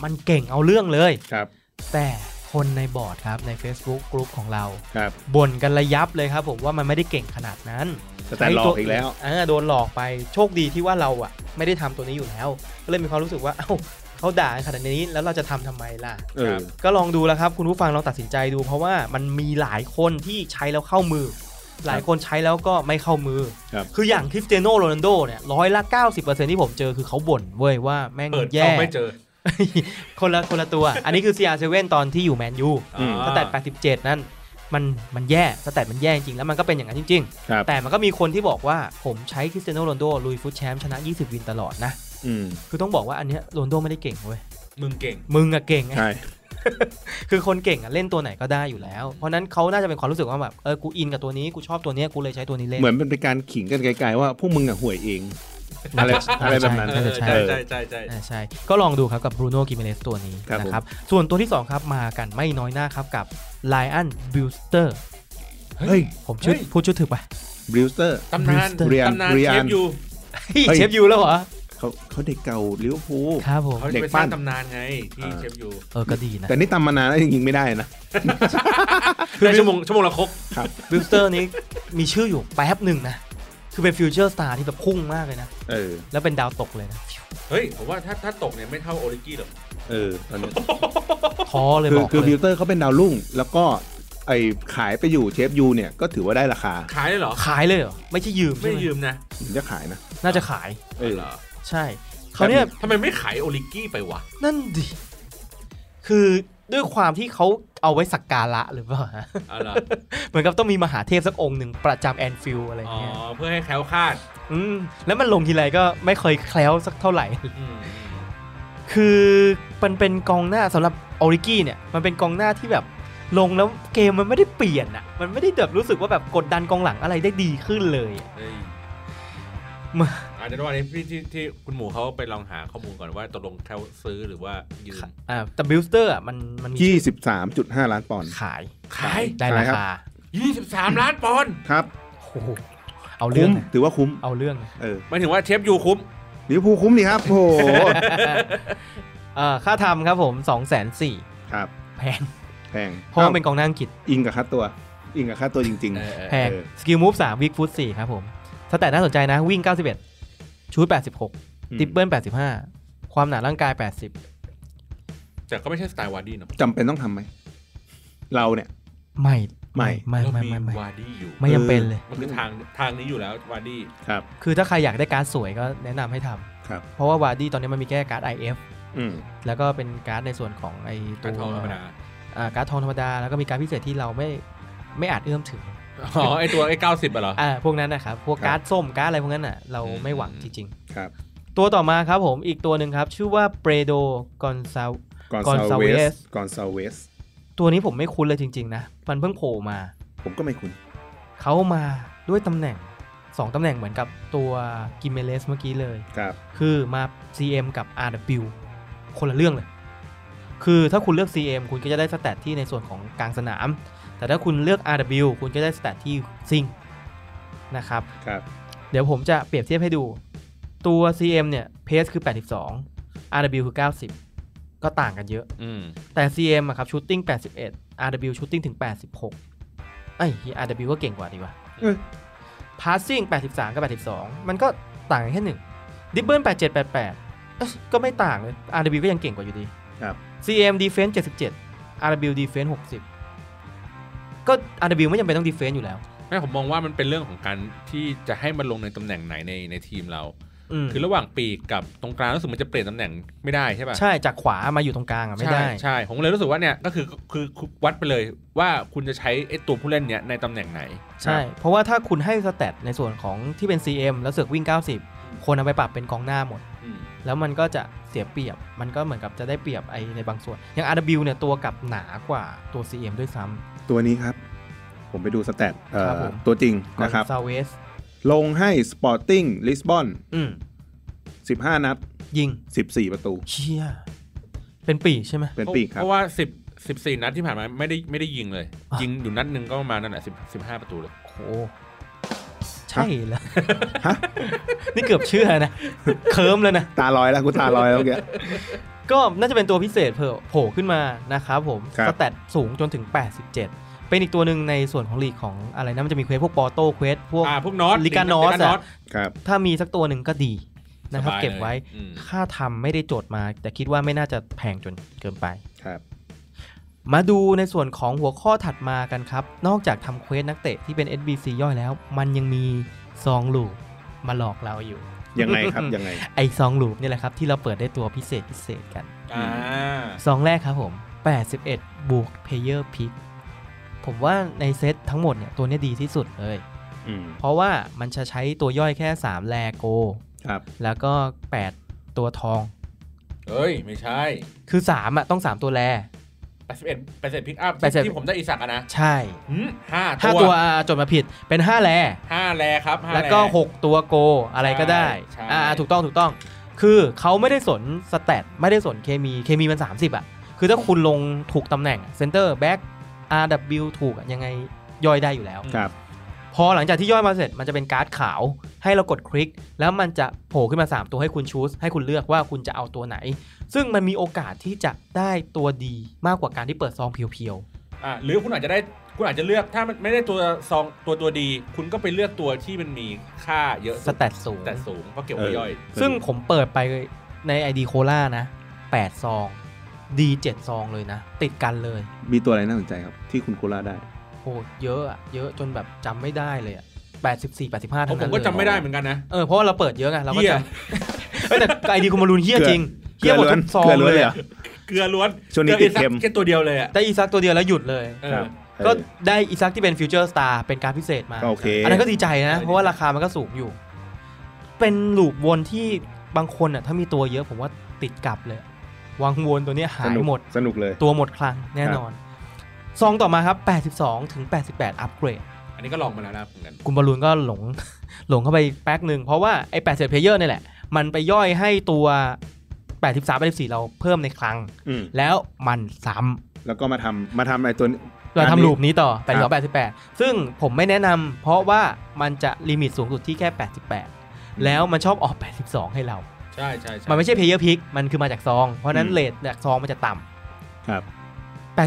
S3: มันเก่งเอาเรื่องเลย
S4: ครับ
S3: แต่คนในบอร์ดครับใน Facebook กลุ่มของเรา
S4: ครับ
S3: บ่นกันระยับเลยครับผมว่ามันไม่ได้เก่งขนาดนั้น
S4: สแตทหลอกอีกแล้ว
S3: เออโดนหลอกไปโชคดีที่ว่าเราอ่ะ ไม่ได้ทำตัวนี้อยู่แล้ว ก็เลยมีความรู้สึกว่า เอ้าเขาด่ากันขนาดนี้แล้วเราจะทำทำไมล่ะ
S4: เออ
S3: ก็ลองดูแล้วครับคุณผู้ฟังลองตัดสินใจดู เพราะว่ามันมีหลายคนที่ใช้แล้วเข้ามือ หลายคนใช้แล้วก็ไม่เข้ามือ
S4: ครับ
S3: ออย่างคริสเตียโนโรนัลโดเนี่ยร้อยละ 90%ที่ผมเจอคือเขาบ่นเว้ยว่าแม่ง
S2: เปิดซ
S3: แย่
S2: องไม่เจอ
S3: คนละคนละตัว อันนี้คือ CR7 ตอนที่อยู่แมนยู
S2: อ่า
S3: สแตท87 นั่นมันมันแย่สแตทมันแย่จริงๆ แล้วมันก็เป็นอย่างนั้นจริง
S4: ครับ
S3: ๆ แต่มันก็มีคนที่บอกว่าผมใช้คริสเตียโนโรนลโดลุยฟุตแชมป์ชนะ 20 วินตลอดนะ
S4: อืม
S3: คือต้องบอกว่าอันเนี้ยโรนลโดไม่ได้เก่งเว้ย
S2: มึงเก่ง
S3: มึงอะเก่งอะ
S4: ใช่
S3: คือคนเก่งอะเล่นตัวไหนก็ได้อยู่แล้ว เพราะฉะนั้นเขาน่าจะเป็นความรู้สึกว่าแบบเออกูอินกับตัวนี้กูชอบตัวเนี้ยกูเลยใช้ตัวนี้เล่น
S4: เหมือนเป็นการขิงกันไกลๆว่าพวกมึงอะห่วยเอง อะไรอะไรแบบนั้น
S3: ใช่ใช่
S2: ใช่ใช่ใช่ใช่
S3: อ่าใช่ ก็ลองดูครับกับบรูโน่กิเมเลสตัวนี้
S4: ครับผม
S3: นะครับส่วนตัวที่ 2 ครับมากันไม่น้อยหน้าครับกับไลออนบิลสเตอร์
S4: เฮ้ย
S3: ผมชื่อพูดชื่อถูกปะ
S4: บริวสเตอร์
S2: ตำนาน
S3: Brewster
S4: เรียน
S2: ตำนาน
S4: เรียน
S2: เชฟยู
S3: เฮ้ยเชฟยูแล้วเหรอ
S4: เขาเขาเด็กเก่าลิเวอร์พูล
S3: ครับผม
S2: เขา
S4: เด็ก
S2: ไปส
S4: ปั้
S2: ร้าน งตำนานไงที่
S4: อ่า
S2: เชฟยู
S3: เออก็ดีนะ
S4: แต่นี่ตามมานานแล้วยิงไม่ได้นะ
S2: ได้ชั่วโมงชั่วโมงละครก
S3: บิลสเตอร์นี้มีชื่ออยู่แป๊บหนึ่งนะ คือเป็นฟิวเจอร์สตาร์ที่แบบพุ่งมากเลยนะ
S4: เออ
S3: แล้วเป็นดาวตกเลยนะ
S2: เฮ้ยผมว่าถ้าถ้าตกเนี่ยไม่เท่าโอริกี้หรอก
S4: เออตอนนี้
S3: ท้อเลย
S4: คื
S3: บ
S4: อ
S3: อก
S4: คือบ
S3: เล
S4: ริวย สเตอร์เขาเป็นดาวรุ่ง แล้วก็ไอขายไปอยู่เชฟยูเนี่ยก็ถือว่าได้ราคา
S2: ขายได้เหรอ
S3: ขายเลยเหรอ ไม่ใช่ยืม
S2: ไม่
S3: ใช่ไหม
S2: ยืมนะ
S4: ถึงจะขายนะ
S3: น่าจะขาย
S4: เออ
S2: หรอ
S3: ใช่ เขาวเนี่ย
S2: ทำไมไม่ขายโอริกี้ไปวะ
S3: นั่นดิ คือด้วยความที่เขาเอาไว้สักการะหรือเปล่าฮะ
S2: อ๋อเหรอ
S3: เหมือนกับต้องมีมหาเทพสักองค์หนึ่งประจำแอนฟิลอะไร
S2: อ๋อ
S3: เงี้ย
S2: เพื่อให้แคล้วคลาดื
S3: มแล้วมันลงทีไรก็ไม่เคยแคล้วสักเท่าไหร่
S2: อืม
S3: คือมันเป็นกองหน้าสำหรับออริกี้เนี่ยมันเป็นกองหน้าที่แบบลงแล้วเกมมันไม่ได้เปลี่ยนอะมันไม่ได้แบบรู้สึกว่าแบบกดดันกองหลังอะไรได้ดีขึ้นเลยอะ
S2: เฮ้ย
S3: มา
S2: อาจจะว่าเนี่ยพี่ที่ที่คุณหมูเขาไปลองหาข้อมูลก่อนว่าตกลงแคลซื้อหรือว่ายืม
S3: อ่าแต่บิลสเตอร์อะมันมันมี
S4: 23.5 ล้านปอนด์
S3: ขาย
S2: ขาย
S3: ได้
S4: ขา
S3: ราย
S4: ครับ
S3: คา
S2: ยี่สิบสามล้านปอนด์
S4: ครับ
S3: โอ้โหเอาเรื่
S4: คุ้
S3: อง
S4: ม
S3: นะ
S4: ถือว่าคุ้ม
S3: เอาเรื่องนะ
S4: เออ
S2: หมายถึงว่าเชฟยูคุ้ม
S4: ลิเวอร์พูลคุ้มดีครับ โอ้โห
S3: อ่าค่าทำครับผม2องแสนสี่
S4: ครับ
S3: แพง
S4: แพง
S3: เพราะว่าเป็นกองหน้าอังกฤษ
S4: อิงกับค่าตัว อิงกับค่าตัวจริง
S2: เออเออ
S3: แพง
S4: เออ
S3: สกิลมูฟ3วิกฟุต4ครับผมสแตทน่าสนใจนะวิ่ง 91 ชุด 86
S4: ๆ
S3: ติปเปิล85 ความหนาร่างกาย 80
S2: แต่ก็ไม่ใช่สไตล์วาร์ดี้เนาะ
S4: จำเป็นต้องทำไหม เราเนี่ย
S3: ไม่
S4: ไม่
S3: ไม่
S2: เรา
S3: ไม่
S2: มี
S3: ไม่ไม่
S2: วาร์ดี้อยู่
S3: ไม่จำเป็นเลย
S2: มันคือทางทางนี้อยู่แล้ววาร์ดี้
S4: ครับ
S3: คือถ้าใครอยากได้การ์ดสวยก็แนะนำให้ทำ
S4: ครับ
S3: เพราะว่าวาร์ดี้ตอนนี้มันมีแค่การ์ด IF
S4: อืม
S3: แล้วก็เป็นการ์ดในส่วนของไอตั
S2: การ
S3: ว
S2: ทองธรรมดา
S3: อ่าการ์ดทองธรรมดา แล้วก็มีการดพิเศษที่เราไม่ไม่อาจเอื้อมถึง
S2: อ๋อไอตัวไอเก้าสิบอะเหรอ
S3: อ่าพวกนั้นนะครับพวก
S4: ครับ
S3: การ์ดส้มการ์ดอะไรพวกนั้นอ่ะเรา
S2: อืม
S3: ไม่หวังจริง
S4: ครับ
S3: ๆ ตัวต่อมาครับผมอีกตัวหนึ่งครับ ชื่อว่าเปโดกอนซา
S4: ก่อน
S3: Gonzalez
S4: ซาเวสก่อนซาเวส
S3: ตัวนี้ผมไม่คุ้นเลยจริงๆนะมันเพิ่งโผล่มา
S4: ผมก็ไม่คุ้น
S3: เขามาด้วยตำแหน่งสองตำแหน่งเหมือนกับตัวกิเมเลสเมื่อกี้เลย
S4: ครับ
S3: คือมา CM กับ RW คนละเรื่องเลย คือถ้าคุณเลือก CM คุณก็จะได้สแตทที่ในส่วนของกลางสนาม แต่ถ้าคุณเลือก RW คุณก็ได้สแตทที่ซิงนะครับ
S4: ครับ
S3: เดี๋ยวผมจะเปรียบเทียบให้ดู ตัว CM เนี่ยเพสคือ 82 RW คือ 90 ก็ต่างกันเยอะ
S2: อืม
S3: แต่ CM อะครับชูตติ้ง81 RW ชูตติ้งถึง 86ไอ้ย RW ก็เก่งกว่าดีกว่า
S4: เอ้ย
S3: Passing 83 กับ 82 มันก็ต่างกันแค่หนึ่ง ดิบเบิล87 88เอ้ยก็ไม่ต่างเลย RW ก็ยังเก่งกว่าอยู่ดี
S4: ครับ
S3: CM Defense 77 RW Defense 60 ก็ RW ไม่จำเป็นต้อง Defense อยู่แล้ว
S2: ไม่ผมมองว่ามันเป็นเรื่องของการที่จะให้มันลงในตำแหน่งไหนในในทีมเรา
S3: อืม
S2: คือระหว่างปีกกับตรงกลางรู้สึกมันจะเปลี่ยนตำแหน่งไม่ได้ใช่ป่ะ
S3: ใช่ จากขวามาอยู่ตรงกลางอะไม่ได้
S2: ใช่ใช่ผมเลยรู้สึกว่าเนี่ยก็คือคือคือวัดไปเลยว่าคุณจะใช้ไอ้ตัวผู้เล่นเนี้ยในตำแหน่งไหน
S3: ใช่ เพราะว่าถ้าคุณให้สแตทในส่วนของที่เป็น CM แล้วเสือกวิ่ง 90 คนเอาไปปรับเป็นกองหน้าหมด
S2: อืม
S3: แล้วมันก็จะเสียเปรียบ มันก็เหมือนกับจะได้เปรียบไอในบางส่วน อย่าง RW เนี่ยตัวกลับหนากว่าตัว CM ด้วยซ้
S4: ตัวนี้ครับ ผมไปดูสแตทเอ่อ
S3: ครับผม
S4: ตัวจริง
S3: ำ
S4: นะครับ
S3: ซาเวส
S4: ลงให้สปอร์ติ้งลิสบอน
S3: อืม
S4: 15 นัด
S3: ยิง
S4: 14 ประตู
S3: เชี่ย เป็นปีกใช่ไหม
S4: เป็นปีกครั
S2: เพ
S4: บ
S2: ราะว่าสิบสิบสี่นัดที่ผ่านมาไม่ได้ไม่ได้ยิงเลย ยิงอยู่นัดหนึ่งก็ประมาณนั่นแหละสิบสิบห้าประตูเลย
S3: โอ้โหใช่แล้ว นี่เกือบเชื่อนะ เคิร์มแล้วนะ
S4: ตาลอยแล้วกูตาลอยแล้วแก
S3: ก็น่าจะเป็นตัวพิเศษเผล่โผล่ขึ้นมานะครับผม
S4: ครับ
S3: สแตทสูงจนถึง 87 เป็นอีกตัวหนึ่งในส่วนของลีกของอะไรนะ มันจะมีเควสพวกปอโต้เควสพวก
S2: อ่าพวกน็อต
S3: ลิกานอสอะ
S2: ลิะ
S4: ครับ
S3: ถ้ามีสักตัวหนึ่งก็ดีนะครับ
S2: สบายเลย
S3: เก็บไว้
S2: อืม
S3: ค่าทำไม่ได้โจทย์มา แต่คิดว่าไม่น่าจะแพงจนเกินไป
S4: ครับ
S3: มาดูในส่วนของหัวข้อถัดมากันครับ นอกจากทำเควสนักเตะที่เป็น SBC ย่อยแล้ว มันยังมีซองลูปมาหลอกเราอยู่
S4: ยังไงครับ ยังไง
S3: ไอซองลูปนี่แหละครับ ที่เราเปิดได้ตัวพิเศษพิเศษกัน
S2: อ่า
S3: ซองแรกครับผม 81 บวกเพเยอร์พิกผมว่าในเซตทั้งหมดเนี่ยตัวเนี้ยดีที่สุดเลย
S4: อืม
S3: เพราะว่ามันจะใช้ตัวย่อยแค่ 3 แลโก
S4: ครับ
S3: แล้วก็ 8 ตัวทอง
S2: เอ้ย ไม่ใช่
S3: คือ 3 อ่ะ ต้อง 3 ตัวแล
S2: แปดสิบเอ็ดแปดสิบพิกอัพ
S3: 81
S2: ที่ผมได้อีสักอะนะ
S3: ใช่
S2: หืมห้า
S3: ห้า
S2: ตั
S3: ตัว วอ่ะจดมาผิดเป็น 5 แล
S2: ห้าแลครับห้า
S3: แล้วก็
S2: หก
S3: 6 ตัวโกอะไรก็ได้
S2: ใช่
S3: อ่า ถูกต้องถูกต้อง คือเขาไม่ได้สนสแตทไม่ได้สนเคมี เคมีมัน 30 อ่ะ คือถ้าคุณลงถูกตำแหน่งเซนเตอร์แบ็ก RW ถูกอ่ะยังไงย่อยได้อยู่แล้ว
S4: ครับ
S3: พอหลังจากที่ย่อยมาเสร็จมันจะเป็นการ์ดขาวให้เรากดคลิก แล้วมันจะโผล่ขึ้นมา 3 ตัวให้คุณชูสให้คุณเลือกว่าคุณจะเอาตัวไหน ซึ่งมันมีโอกาสที่จะได้ตัวดีมากกว่าการที่เปิดซองเพียว
S2: อ่าหรือคุณอาจจะได้คุณอาจจะเลือกถ้ามันไม่ได้ตัวซองตัวตัวดี คุณก็ไปเลือกตัวที่มันมีค่าเยอะ
S3: ๆ ส
S2: สุด
S3: แตทสูง
S2: แต่สูงเพราะเก็บไว้ย่อย
S3: ซึ่งผมเปิดไปใน ID โคล่านะ 8 ซอง ดี 7 ซองเลยนะ ติดกันเลย
S4: มีตัวอะไรน่าสนใจครับ ที่คุณโคราได้
S3: โหเยอะอะเยอะจนแบบจำไม่ได้เลยอะ84 85
S2: เพ
S3: ทั้ง
S2: ราะผ
S3: นั้
S2: ม
S3: น
S2: ก็
S3: เลย
S2: จำไม่ได้เหมือนกันนะ
S3: เออเพราะว่าเราเปิดเยอะไงเราก็
S2: เหี้ย
S3: จำเอ้ยแต่ไอดีคุณมารุนเฮี้ยจริง
S4: เกลื
S3: เฮี้ย
S4: อ
S3: หมด
S4: ล้วน
S3: ทุกซอง
S4: เกลือล้วน
S3: เล
S4: เลย ยอ
S3: อะ
S4: ะ
S2: เกลือล้วน
S4: ช่วงนี้
S2: กลือ
S4: ติดเค็ม
S2: แค่ตัวเดียวเลยอ่ะ
S3: ได้อีซักตัวเดียวแล้วหยุดเลย
S2: เออ
S4: ครับ
S3: ก็
S4: เออ
S3: ได้อีซักที่เป็นฟิวเจอร์สตาร์เป็นการดพิเศษมา
S4: ก็โอเค
S3: นนั้นก็ดีใจนะ
S2: เออ
S3: เพราะว่าราคามันก็สูงอยู่ เป็นลูปวนที่บางคนอะถ้ามีตัวเยอะผมว่าติดกลับเลย วางวนตัวเนี้ยหา
S4: ส
S3: ย
S4: นุก
S3: หมด
S4: สนุกเลย
S3: ตัวหมดคลังแน่นอน ซองต่อมาครับ 82 ถึง 88 อัปเกรด
S2: อันนี้ก็ลองมาแล้วนะเหมือนกัน
S3: คุณบอลลูนก็หลง หลงเข้าไปแป๊กหนึ่ง เพราะว่าไอ้8 0เพลเยอร์นี่ยแหละ มันไปย่อยให้ตัว 83 84 เราเพิ่มในคลัง
S4: อืม
S3: แล้วมันซ้
S4: แล้วก็มาทำมาทำไอ้ตัวนี้
S3: ำเราทำลูปนี้ต่อ
S4: ครับ
S3: 82 88 ซึ่งผมไม่แนะนำเพราะว่ามันจะลิมิตสูงสุดที่แค่ 88 แล้วมันชอบออก 82 ให้เรา
S2: ใช่ใช่ใช่
S3: มันไม่ใช่เพลเยอร์พิกมันคือมาจากซอง เพราะฉะนั้น
S4: อืม
S3: เลทจากซองมันจะต่ำ
S4: ครับ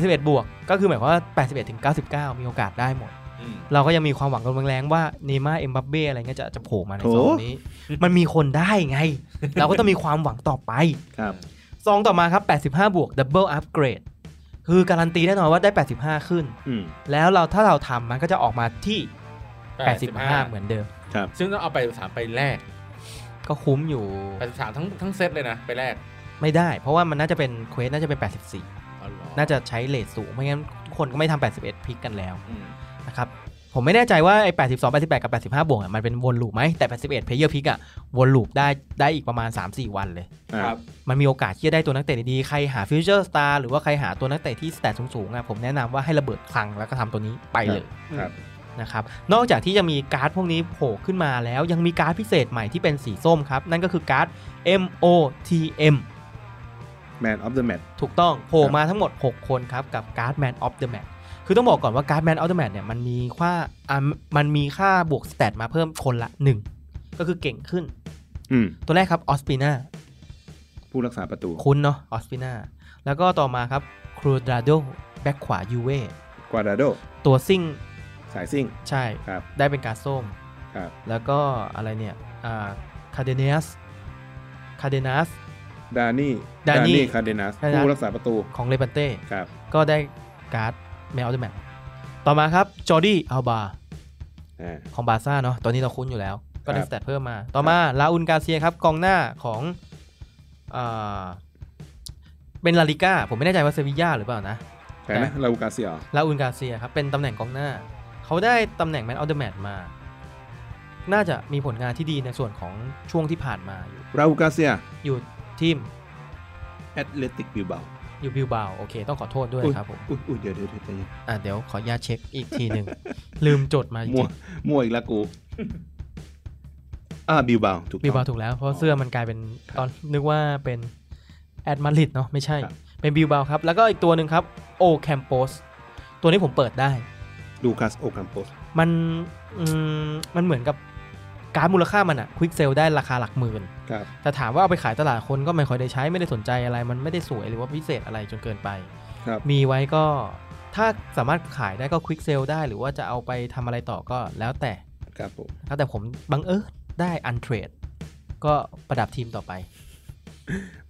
S3: 81 บวก ก็คือหมายความว่า 81 ถึง 99 มีโอกาสได้หมด
S2: อืม
S3: เราก็ยังมีความหวังกันแรงๆว่าเนม่าเอ็มบัปเบ้อะไรเงี้ยจะจะโผล่มาใน
S4: โถ
S3: ซองนี้ มันมีคนได้ไง เราก็ต้องมีความหวังต่อไป
S4: ครับ
S3: ซองต่อมาครับ 85 บวก Double Upgrade คือการันตีแน่นอนว่าได้ 85 ขึ้น
S4: อืม
S3: แล้วเราถ้าเราทำมันก็จะออกมาที่ 85
S2: 85
S3: เหมือนเดิม
S4: ครับ
S2: ซึ่งต้องเอาไปสามไปแลก
S3: ก็คุ้มอยู่
S2: แปดสิบสามทั้งทั้งเซตเลยนะ ไปแลก
S3: ไม่ได้ เพราะว่ามันน่าจะเป็นเควสน่าจะเป็น
S2: อ๋อเหรอ
S3: 84 น่าจะใช้เลทสูง ไม่งั้นทุกคนก็ไม่ทำ81 พิกกันแล้ว
S2: อืม
S3: นะครับ ผมไม่แน่ใจว่าไอ้82 88 กับ 85 บวกอะมันเป็นวนลูปไหมแต่ 81 เพลเยอร์พิกอะวนลูปได้ได้อีกประมาณ 3-4 วันเลย
S4: อ่า
S2: ครับ
S3: มันมีโอกาสที่จะได้ตัวนักเตะดีๆ ใครหาฟิวเจอร์สตาร์หรือว่าใครหาตัวนักเตะที่สแตทสูงๆอะผมแนะนำว่าให้ระเบิดคลังแล้วก็ทำตัวนี้ไปเลย
S4: ครับ
S3: นะครับ นอกจากที่จะมีการ์ดพวกนี้โผล่ขึ้นมาแล้วยังมีการ์ดพิเศษใหม่ที่เป็นสีส้มครับ นั่นก็คือการ์ด MOTM
S4: แมนออฟเดอะแมท
S3: ถูกต้องโผล่มาทั้งหมด 6 คนครับ กับการ์ด Man of the Match คือต้องบอกก่อนว่าการ์ด Man of the Match เนี่ยมันมีค่าอ่ะมันมีค่าบวกสแตทมาเพิ่มคนละ 1 ก็คือเก่งขึ้น
S4: อืม
S3: ตัวแรกครับออสปิน่า
S4: ผู้รักษาประตู
S3: คุ้นเนาะออสปิน่า แล้วก็ต่อมาครับครูดราโดแบ็กขวายูเว่
S4: กวาดาโด
S3: ตัวซิ่ง
S4: สายซิ่ง
S3: ใช่
S4: ครับ
S3: ได้เป็นการดส้ม
S4: ครับ
S3: แล้วก็อะไรเนี่ยอ่าคาเดเนียสคาเดนัส
S4: ดานี่
S3: ดานี่
S4: คาเดนัส
S3: คาเดนัส
S4: ผู้รักษาประตู
S3: ของเลบันเต้
S4: ครับ
S3: ก็ได้การ์ดแมวด้วยแมทต่อมาครับจอร์ดี้อัลบา
S4: อ่า
S3: ของบาร์ซ่าเนาะตอนนี้เราคุ้นอยู่แล้ว ก็ได้
S4: ครับ
S3: สแตทเพิ่มมา ต่อมาลาอุนกาเซียครับกองหน้าของอ่าเป็นลาลิก้าผมไม่แน่ใจว่าเซบีย่าหรือเปล่านะ
S4: ใครนะลาอูกาเซียเหรอ
S3: ลาอุนกาเซียครับ เป็นตำแหน่งกองหน้า เขาได้ตำแหน่งแมนออฟเดอะแมตมา น่าจะมีผลงานที่ดีในส่วนของช่วงที่ผ่านมาอยู่
S4: ลาอูกาเซีย
S3: อยู่ทีม
S4: แอตเลติกบิลบา
S3: อยู่บิลบาวโอเค ต้องขอโทษด้วยครับผม
S4: อุ้ยอุ้ยเดี๋ยวเดี๋ยวเดี๋ยวใจเย็น
S3: อ่ะเดี๋ยวขออนุญาตเช็คอีกที หนึ่ง ลืมจดมาจ
S4: มั่
S3: ริ
S4: ว
S3: ง
S4: มั่วอีกแล้วกู อ่าบิลบาถูก
S3: ๆ
S4: ต้
S3: บิ
S4: อ
S3: ลบาว
S4: ง
S3: ถูกแล้ว เพราะเสื้อมันกลายเป็นตอนนึกว่าเป็นแอดมาริดเนาะไม่ใช่
S4: ครับ
S3: เป็นบิลบาวครับ แล้วก็อีกตัวหนึ่งครับโอแคมโปสตัวนี้ผมเปิดได้
S4: ลูคัสโอคัมโปส
S3: มันอืมมันเหมือนกับการดมูลค่ามันอะควิกเซลได้ราคาหลักหมื่น
S4: ครับ
S3: แต่ถามว่าเอาไปขายตลาดคนก็ไม่ค่อยได้ใช้ไม่ได้สนใจอะไร มันไม่ได้สวยหรือว่าพิเศษอะไรจนเกินไป
S4: ครับ
S3: มีไว้ก็ถ้าสามารถขายได้ก็ควิกเซลได้ หรือว่าจะเอาไปทำอะไรต่อก็แล้วแต่
S4: ครับผม
S3: นะครับแต่ผมบังเอิญได้อันเทรดก็ประดับทีมต่อไป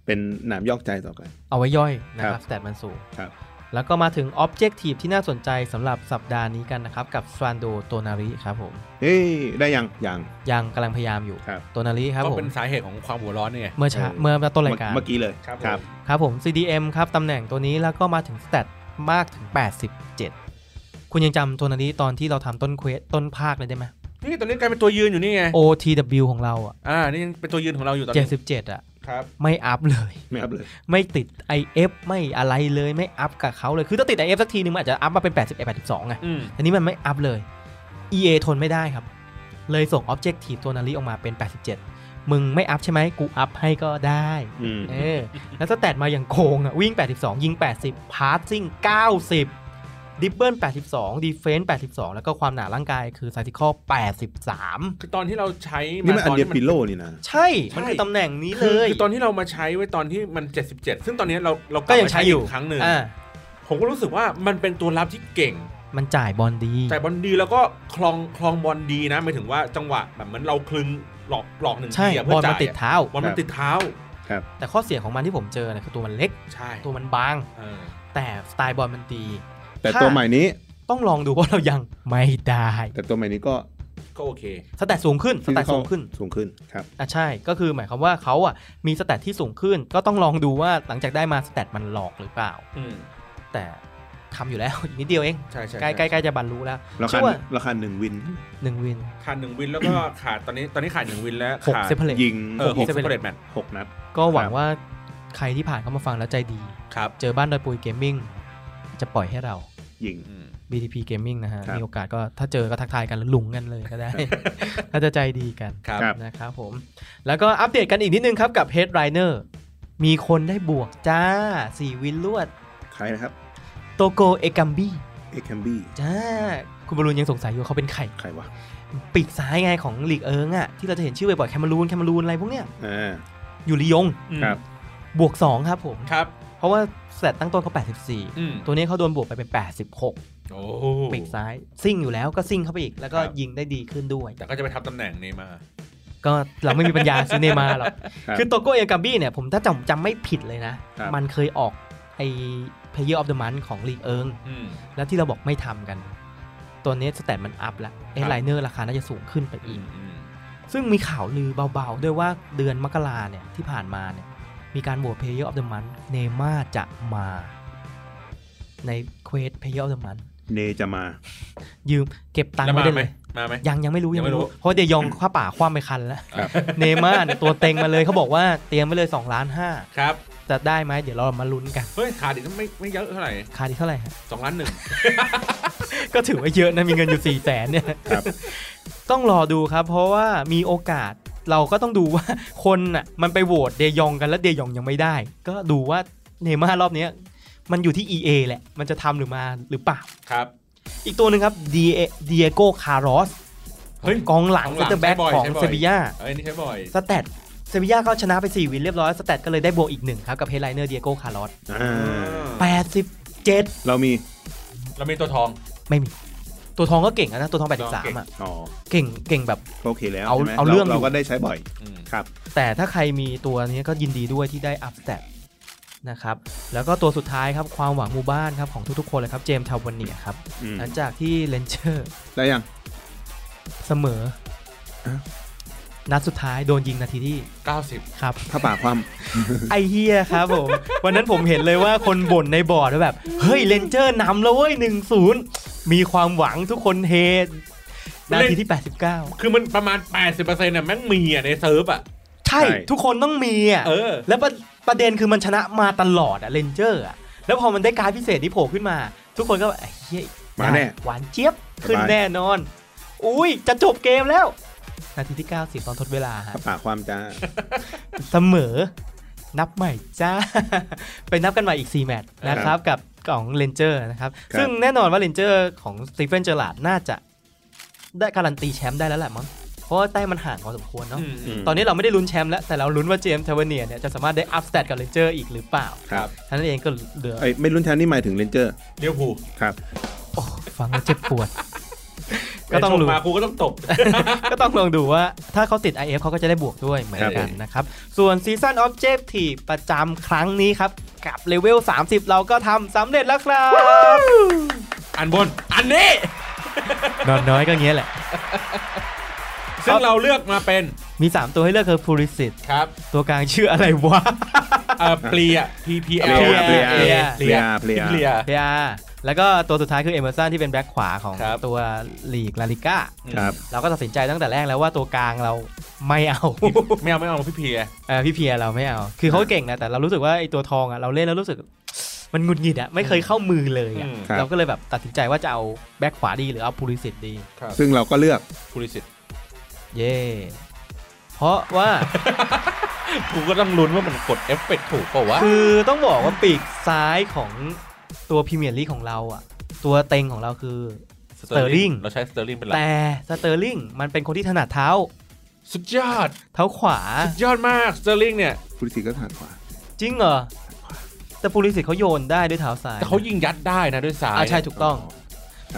S4: เป็นหนามยอกใจต่อกัน
S3: เอาไว้ย่อยนะ
S4: ค
S3: ค
S4: รั
S3: รับบ สแตทมันสูง
S4: ครับ
S3: แล้วก็มาถึงออบเจกตีฟที่น่าสนใจสำหรับสัปดาห์นี้กันนะครับ กับซานโดโตนาริครับผม
S4: เฮ้ย ได้ยัง ยัง
S3: ยังกำลังพยายามอยู่
S4: ครับ
S3: โตนาริครับ
S2: ก็
S3: ผม
S2: เป็นสาเหตุของความหัวร้อนนี่ไง
S3: เมื่อเช้าเมื่อต้นรายการ
S4: เมื่อกี้เลย
S2: ครับ
S3: ครับผม CDM ครับ ตำแหน่งตัวนี้แล้วก็มาถึงสแตทมากถึง 87 คุณยังจำตัวนี้ตอนที่เราทำต้นเควสต้นภาคเลยได้ไหม
S2: นี่ตอนนี้กลายเป็นตัวยืนอยู่นี่ไง
S3: OTW ของเราอ่ะ
S2: อ่า นี่ยังเป็นตัวยืนของเราอยู่ตอนนี้
S3: 77 อ่ะ
S2: ครับ
S3: ไม่อัพเลย
S4: ไม่อัพเลย
S3: ไม่ติด IF ไม่อะไรเลยไม่อัพกับเขาเลย คือถ้าติด IF สักทีนึงมันอาจจะอัพมาเป็น 81 82ไง
S2: อืม
S3: อันนี้มันไม่อัพเลย EA ทนไม่ได้ครับ เลยส่ง Objective ตัวนารีออกมาเป็น 87 มึงไม่อัพใช่ไหมกูอัพให้ก็ได้
S4: อืม
S3: เออแล้วสแตทมาอย่างโกงอ่ะ วิ่ง 82 ยิง 80 พาสซิ่ง 90 ดิบเบิล82 ดีเฟนส์82 แล้วก็ความหนาร่างกายคือไซติคอล83
S2: คือตอนที่เราใช้
S4: นี่มันอัน
S2: ตอน
S4: เดีย
S2: ที่
S4: ปิโลนี่นะ
S3: ใช่
S2: ใช่
S3: มันคือตำแหน่งนี้
S2: คื
S3: เล
S2: อย คือตอนที่เรามาใช้ไว้ตอนที่มัน 77 ซึ่งตอนนี้เราเรา
S3: ก็ยังใช้อยู่
S2: กครั้งหนึ่ง
S3: อ่า
S2: ผมก็รู้สึกว่ามันเป็นตัวรับที่เก่ง
S3: มันจ่ายบอลดี
S2: แต่บอลดีแล้วก็คลองคลองบอลดีนะหมายถึงว่าจังหวะแบบเหมือนเราคลึงหลอกหลอกหนึ่ง
S3: ใช่
S2: ทีอะ
S3: บ
S2: เพื่
S3: อ
S2: อ
S3: ล
S2: จ่า
S3: มัน
S2: ย
S3: ติด
S2: อะ
S3: เท้า
S2: บอลมันติดเท้า
S4: ครับ
S3: แต่ข้อเสียของมันที่ผมเจอเนี่ยคือตัวมันเล็ก
S2: ใช่
S3: ตัวมันบาง
S2: เออ
S3: แต่สไตล์บอลมันดี
S4: แต่ตัวใหม่นี้
S3: ต้องลองดูเพราะเรายังไม่ได้
S4: แต่ตัวใหม่นี้ก็
S2: ก็โอเค
S3: สแตทสูงขึ้นสแตทสูงขึ้น
S4: สูงขึ้น ครับ
S3: อ่ะใช่ก็คือหมายความว่าเขาอ่ะมีสแตทที่สูงขึ้น ก็ต้องลองดูว่าหลังจากได้มาสแตทมันหลอกหรือเปล่า
S2: อืม
S3: แต่ทำอยู่แล้ว อีกนิดเดียวเอง
S2: ใช่ใช่
S3: ใกล้ใกล้ใกล้จะบรรลุแล้ว
S4: ราคา
S3: เชื่อว่า
S4: ราคาหนึ่งวิน
S3: หนึ่งวิน
S2: ขาดหนึ่งวินแล้วก็ขาดตอนนี้ตอนนี้ขาดหนึ่งวินแล้ว
S3: หก
S2: ขาด
S3: เซฟเพลต
S4: ยิง
S2: เออหก
S3: หก
S2: เซเปอร์เรตแมตช์
S4: หกนัด
S3: ก็หวั
S4: ค
S3: ง
S4: รับ
S3: ว่าใครที่ผ่านเข้ามาฟังแล้วใจดี
S2: ครับ
S3: เจอบ้านดอยปุยเกมมิ่งจะปล่อยให้เรา
S4: ยิง
S2: อืม
S3: BTP Gaming นะฮะ
S4: ครับ
S3: มีโอกาสก็ถ้าเจอก็ทักทายกันแล้วลุงกันเลยก็ได้ ถ้าจะใจดีกัน
S2: ครับ
S4: ครับ
S3: นะครับผม แล้วก็อัปเดตกันอีกนิดนึงครับกับ Head Runner มีคนได้บวกจ้าสี่วินลวด
S4: ใครนะครับ
S3: โตโกเอกัมบี
S4: เอ็กแคมบี้
S3: จ้าคุณบอลลูนยังสงสัยอยู่ว่าเขาเป็นใคร
S4: ใครวะ
S3: ปีกซ้ายไงของลีกเอิงอะที่เราจะเห็นชื่อบ่อยๆแคมารูนแคมารูนอะไรพวกเนี้ย
S4: อ่า
S3: อยู่ลียง
S2: อืม
S4: ครับ
S3: บวก 2 ครับผม
S2: ครับ
S3: เพราะว่าแสตทตั้งต้นเขา 84
S2: อืม
S3: ตัวนี้เขาโดนบวกไปเป็น 86
S2: โอ้
S3: ปีกซ้าย ซิ่งอยู่แล้วก็ซิ่งเข้าไปอีก แล้วก็
S2: ครับ
S3: ยิงได้ดีขึ้นด้วย
S2: แต่ก็จะไปทับตำแหน่งเนย์มาร์
S3: ก็เราไม่มีปัญญาซื้อเนย์มาร์หรอก
S4: ครับ
S3: คือโตโก้เอกาบี้เนี่ยผมถ้าจำจำไม่ผิดเลยนะ
S4: ครับ
S3: มันเคยออกไอ้ Player of the Month ของลีกเอิง
S2: อืม
S3: แล้วที่เราบอกไม่ทำกัน ตัวนี้สแตทมันอัพแล้วเอ
S2: ครับ
S3: ไลเนอร์ราคาน่าจะสูงขึ้นไป
S2: อื
S3: อีก
S2: มอืม
S3: ซึ่งมีข่าวลือเบาๆ ด้วยว่าเดือนมกราเนี่ยที่ผ่านมาเนี่ยมีการโหวต Player of the Month เนย์มาร์จะมา ในเควส Player of the Month
S4: เนจะมา
S3: ยืมเก็บตังค์
S2: แล้ว
S3: ไม่
S2: มา
S3: ได้
S2: ไหม
S3: เลย
S2: มาไหม
S3: ยังยังไม่รู้
S2: ยั
S3: ยัง ง
S2: ไม่
S3: ไม่
S2: รู้
S3: รู้ เพราะเดยองคว้าป่าคว้าไม่คันแล้ว เนย์ม่าร์เนี่ยตัวเต็งมาเลยเขาบอกว่าเตรียมไว้เลย2ล้านห้า
S2: ครับ
S3: จะได้ไหมเดี๋ยวเรามาลุ้นกัน
S2: เฮ้ยขาดอีกไม่ไม่เยอะเท่าไหร่
S3: คาดีเท่าไหร่ฮะ
S2: สองล้านหนึ่ง
S3: ก็ถือว่าเยอะนะ มีเงินอยู่4ี่แสนเนี่ยต้องรอดูครับ เพราะว่ามีโอกาสเราก็ต้องดูว่าคนอ่ะมันไปโหวตเดยองกันแล้วเดยองยังไม่ได้ ก็ดูว่าเนย์ม่าร์รอบเนี้ยมันอยู่ที่ EA แหละ มันจะทำหรือมาหรือเปล่า
S2: ครับ
S3: อีกตัวหนึ่งครับเดียโกคาร์ลอส
S2: เฮ้ย
S3: กองหลัง
S2: กองหลัง
S3: เซนเตอร์แบ็ก
S2: ใช้บ่อย
S3: ของ
S2: ใช้บ่อย
S3: เซบียา
S2: เอ้ยนี่ใช้บ่อย
S3: สเตตเซบียาเขาชนะไป 4 วินเรียบร้อย สเตตก็เลยได้บวกอีกหนึ่งครับ กับเฮดไลเนอร์เดียโก้คาร์ลอส
S4: อ่า
S3: 87
S4: เรามี
S2: เรามีตัวทอง
S3: ไม่มี ตัวทองก็เก่งนะ ตัวทอง
S2: ตัวทองเก่ง
S3: 83 อ่ะ
S4: อ๋อ
S3: เก่งเก่งแบบ
S4: โอเคแล้ว
S3: เอา
S4: ใช่ไหม
S3: เอาเรื่องอยู่
S4: เราก็ได้ใช้บ่อย
S2: อืม
S4: ครับ
S3: แต่ถ้าใครมีตัวนี้ก็ยินดีด้วยที่ได้อัพสเตตนะครับ แล้วก็ตัวสุดท้ายครับ ความหวังหมู่บ้านครับ ของทุกๆคนเลยครับ เจมส์ทาวเนียครับ
S4: อืม
S3: หลังจากที่เลนเจอร์
S4: ได้ยัง
S3: เสมอ
S4: ฮะ
S3: นัดสุดท้ายโดนยิงนาทีที่
S2: เก้าสิบ
S3: ครับ
S4: ถ้าป่าความ
S3: ไอเฮียครับผม วันนั้นผมเห็นเลยว่าคนบ่นในบอร์ดว่าแบบ เฮ้ยเลนเจอร์นำแล้วเว้ยหนึ่งศูนย์มีความหวังทุกคนเฮนาทีที่ 89
S2: คือมันประมาณ 80%เนี่ยแม่งมีอ่ะในเซิร์ฟอ่ะ
S3: ใช่ทุกคนต้องมีอ่ะ
S2: เออ
S3: แล้วประประเด็นคือมันชนะมาตลอดอ่ะเลนเจอร์อ่ะแล้วพอมันได้การดพิเศษที่โผล่ขึ้นมา ทุกคนก็แบบไอ้เฮีย
S4: มาแน่
S3: หวานเจี๊ยบขึ้น
S4: สบาย
S3: แน่นอน อุ้ยจะจบเกมแล้ว นาทีที่ 90 ตอนทดเวลาฮะ
S4: ถ้าป่าความจ้า
S3: เสมอ นับใหม่จ้า ไปนับกันใหม่อีก 4 แมตช์นะครับ กับของเลนเจอร์นะครับ ซึ่งแน่นอนว่าเลนเจอร์ของสตีเฟนเจอร์ลาดน่าจะได้การันตีแชมป์ได้แล้วแหละมั้งเพราะว่าแต้มมันห่างพอสมควรเนาะ
S2: อืมอืม
S3: ตอนนี้เราไม่ได้ลุ้นแชมป์แล้ว แต่เราลุ้นว่าเจมส์เทเวเนียเนี่ยจะสามารถได้อัพสเตตกับเลนเจอร์อีกหรือเปล่า
S4: ครับ
S3: ท่านั้นเองก็เหลือ
S4: ไอ้ยไม่รุ่นแทนนี่หมายถึงเลนเจอร์
S2: เลี้ยวภูล
S4: ครับ
S3: โอ้ฟังแล้วเจ็บปวด ก็ต้อง
S2: เวลาช
S3: ลุ้น
S2: มากูก็ต้องตบ
S3: ก็ต้องลองดูว่าถ้าเขาติด IF เขาก็จะได้บวกด้วยเหมือนกันนะครับ ส่วนซีซั o นออบเจ t ทีประจำครั้งนี้ครับ กับเลเวล 30 เราก็ทำสำเร็จแล้วครับ
S2: อันบน อันนี้
S3: นอนน้อยก็เงี้ยแหละ
S2: ซึ่งเราเลือกมาเป็น
S3: มี 3 ตัวให้เลือกคือพูริสิต
S2: ครับ
S3: ตัวกลางชื่ออะไร วะ
S2: เอ่อเปลีย P P L
S3: เปลี่ย
S2: เปลีย
S4: เพลียเพลีย
S2: เปลีย
S3: เพียแล้วก็ตัวสุดท้ายคือเอเมอร์สันที่เป็นแบ็คขวาของ
S2: ครับ
S3: ตัวลีกลาลิก้า
S4: ครับ
S3: เราก็ตัดสินใจตั้งแต่แรกแล้วว่าตัวกลางเราไม่เอา
S2: ไม่เอาไม่เอาพี่เพีย
S3: เออพี่เพียเราไม่เอา คือเขาเก่งนะ แต่เรารู้สึกว่าไอตัวทองอ่ะเราเล่นแล้วรู้สึก มันหงุดหงิดอ่ะ ไม่เคยเข้ามือเลยอ่ะ
S2: อืม
S4: ครับ
S3: เราก็เลยแบบตัดสินใจว่าจะเอาแบ็คขวาดีหรือเอาพูริสิตดี
S2: ครับ
S4: ซึ่งเราก็เลือก
S2: ภูริสิทธิ์
S3: เย่เพราะ ว่า
S2: กูก็ต้องลุ้นว่ามันกดเอฟเฟกถูกเปล่าวะ
S3: คือต้องบอกว่าปีกซ้ายของตัวพรีเมียร์ลีกของเราอ่ะ ตัวเต็งของเราคือ สเตอร์ลิง
S2: เราใช้สเตอร์ลิงเป็นหลัก
S3: แต่สเตอร์ลิงมันเป็นคนที่ถนัดเท้า
S2: สุดยอด
S3: เท้าขวา
S2: สุดยอดมากสเตอร์ลิงเนี่ย
S4: คุณสิก็ถนัดขวา
S3: จริงเหรอ แต่พูริสิตเขาโยนได้ด้วยเท้าซ้าย
S2: แต่เขายิงยัดได้นะด้วยซ้าย
S3: อ่ะใช่ถูกต้อง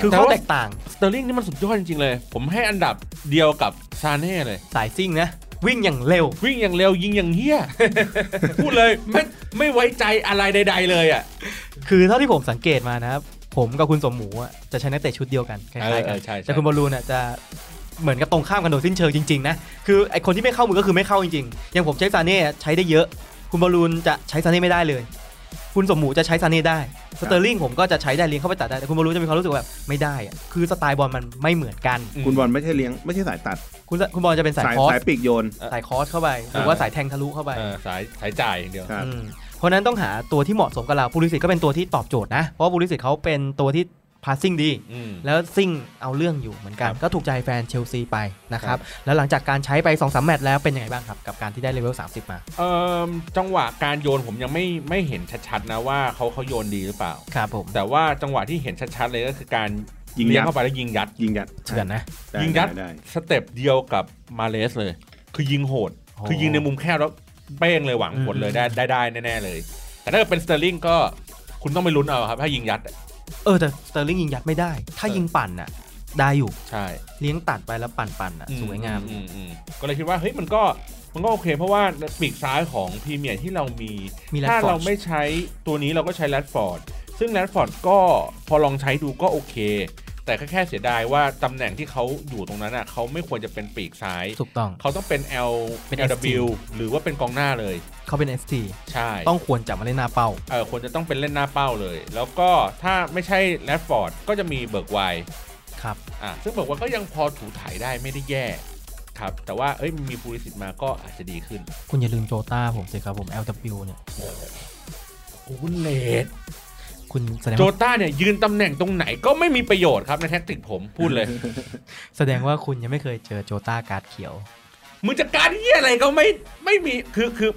S3: คือ
S2: แต่
S3: เขา
S2: ว่า
S3: แตกต่าง
S2: สเตอร์ลิงนี่มันสุดยอดจริงๆเลย ผมให้อันดับเดียวกับซาเน่เลย
S3: สายซิ่งนะ วิ่งอย่างเร็ว
S2: วิ่งอย่างเร็วยิงอย่างเฮี้ย พูดเลยไม่ไม่ไว้ใจอะไรใด ๆ เลยอ่ะ
S3: คือเท่าที่ผมสังเกตมานะครับ ผมกับคุณสมหมูอะจะใช้นักเตะชุดเดียวกันคล้ายๆกัน
S2: ใช่
S3: แต่คุณบอลลูนอะจะเหมือนกับตรงข้ามกันโดยสิ้นเชิงจริงๆนะ คือไอคนที่ไม่เข้ามือก็คือไม่เข้าจริงๆ อย่างผมใช้ซาเน่ใช้ได้เยอะ คุณบอลลูนจะใช้ซาเน่ไม่ได้เลย คุณสมหมูจะใช้ซาเน่ได้ สเตอร์ลิงผมก็จะใช้ได้เลี้ยงเข้าไปตัดได้ แต่คุณบอลลูนจะมีความรู้สึกว่าแบบไม่ได้อะคือสไตล์บอลมันไม่เหมือนกัน
S4: คุณบอลไม่ใช่เลี้ยงไม่ใช่สายตัด
S3: คุณคุณบอลจะเป็นสายคอร์ส
S4: สายปีกโยน
S3: สายคอร์สเข้าไป หรือว่าสายแทงทะลุเข้าไป
S2: เออสายสายจ่ายอย่างเดียว
S4: ครับ
S3: อืมเพราะฉะนั้นต้องหาตัวที่เหมาะสมกับเราบูริสิตก็เป็นตัวที่ตอบโจทย์นะ เพราะว่าบูริสิตเขาเป็นตัวที่พาสซิ่งดี
S2: อืม
S3: แล้วซิ่งเอาเรื่องอยู่เหมือนกัน
S2: ครับ
S3: ก็ถูกใจแฟนเชลซีไปนะค
S2: ครั
S3: รับ
S2: บ
S3: แล้วหลังจากการใช้ไป2อสามแมตช์แล้วเป็นยังไงบ้างครับ กับการที่ได้เลเวล 30 มา
S2: เอ่อจังหวะการโยนผมยังไม่ไม่เห็นชัดๆนะว่าเขาเขาโยนดีหรือเปล่า
S3: ครับผม
S2: แต่ว่าจังหวะที่เห็นชัดๆเลยก็คือการ
S4: ยิงยัด
S2: เลี้เข้าไปแล้วยิงยัด
S4: ยิงยัด
S3: เฉือนนะ
S4: ได้
S2: ยิงยัด
S4: ไได้
S2: สเต็ปเดียวกับมาเลสเลย คือยิงโหด
S3: โอ้
S2: คือยิงในมุมแคบแล้วเป้งเลยหวังผลเลย
S3: อืม
S2: ได้ได้ได้แน่ๆเลย แต่ถ้าเกิดเป็นสเตอร์ลิงก็คุณต้องไปลุ้นเอาครับ ถ้ายิงยัดอะ
S3: เออแต่สเตอร์ลิงยิงยัดไม่ได้ ถ้ายิงปั่นน่ะ ได้อยู่
S2: ใช่
S3: เลี้ยงตัดไปแล้วปั่นๆอ่ะสวยงาม
S2: อือืมก็เลยคิดว่าเฮ้ยมันก็มันก็โอเค เพราะว่าปีกซ้ายของพรีเมียร์ที่เรามี
S3: มี
S2: ถ้า
S3: Radford
S2: เราไม่ใช้ตัวนี้เราก็ใช้แรดฟอร์ดซึ่งแรดฟอร์ดก็พอลองใช้ดูก็โอเค แต่ก็แค่เสียดายว่าตำแหน่งที่เขาอยู่ตรงนั้นอ่ะเขาไม่ควรจะเป็นปีกซ้าย
S3: ถูกต้อง
S2: เขาต้องเป็น L
S3: เป็น
S2: LW หรือว่าเป็นกองหน้าเลย
S3: เขาเป็น ST
S2: ใช่
S3: ต้องควรจับมาเล่นหน้าเป้า
S2: เออควรจะต้องเป็นเล่นหน้าเป้าเลย แล้วก็ถ้าไม่ใช่แรดฟอร์ดก็จะมีเบิร์กไวท์
S3: ครับ
S2: อ่ะซึ่งเบิร์กไวท์ก็ยังพอถูถ่ายได้ไม่ได้แย่ครับ แต่ว่าเอ้ยมีฟูริสิตมาก็อาจจะดีขึ้น
S3: คุณอย่าลืมโจต้าผมสิครับผม LW เนี่ย
S2: โอ้เลด
S3: คุณแสดง
S2: โจ
S3: ว่า
S2: ต้าเนี่ยยืนตำแหน่งตรงไหนก็ไม่มีประโยชน์ครับในแท็กติกผมพูด เลย
S3: แสดงว่าคุณยังไม่เคยเจอโจต้าการ์ดเขียว
S2: มึงจะการเหียอะไรก็ไม่ไม่มีคือคือ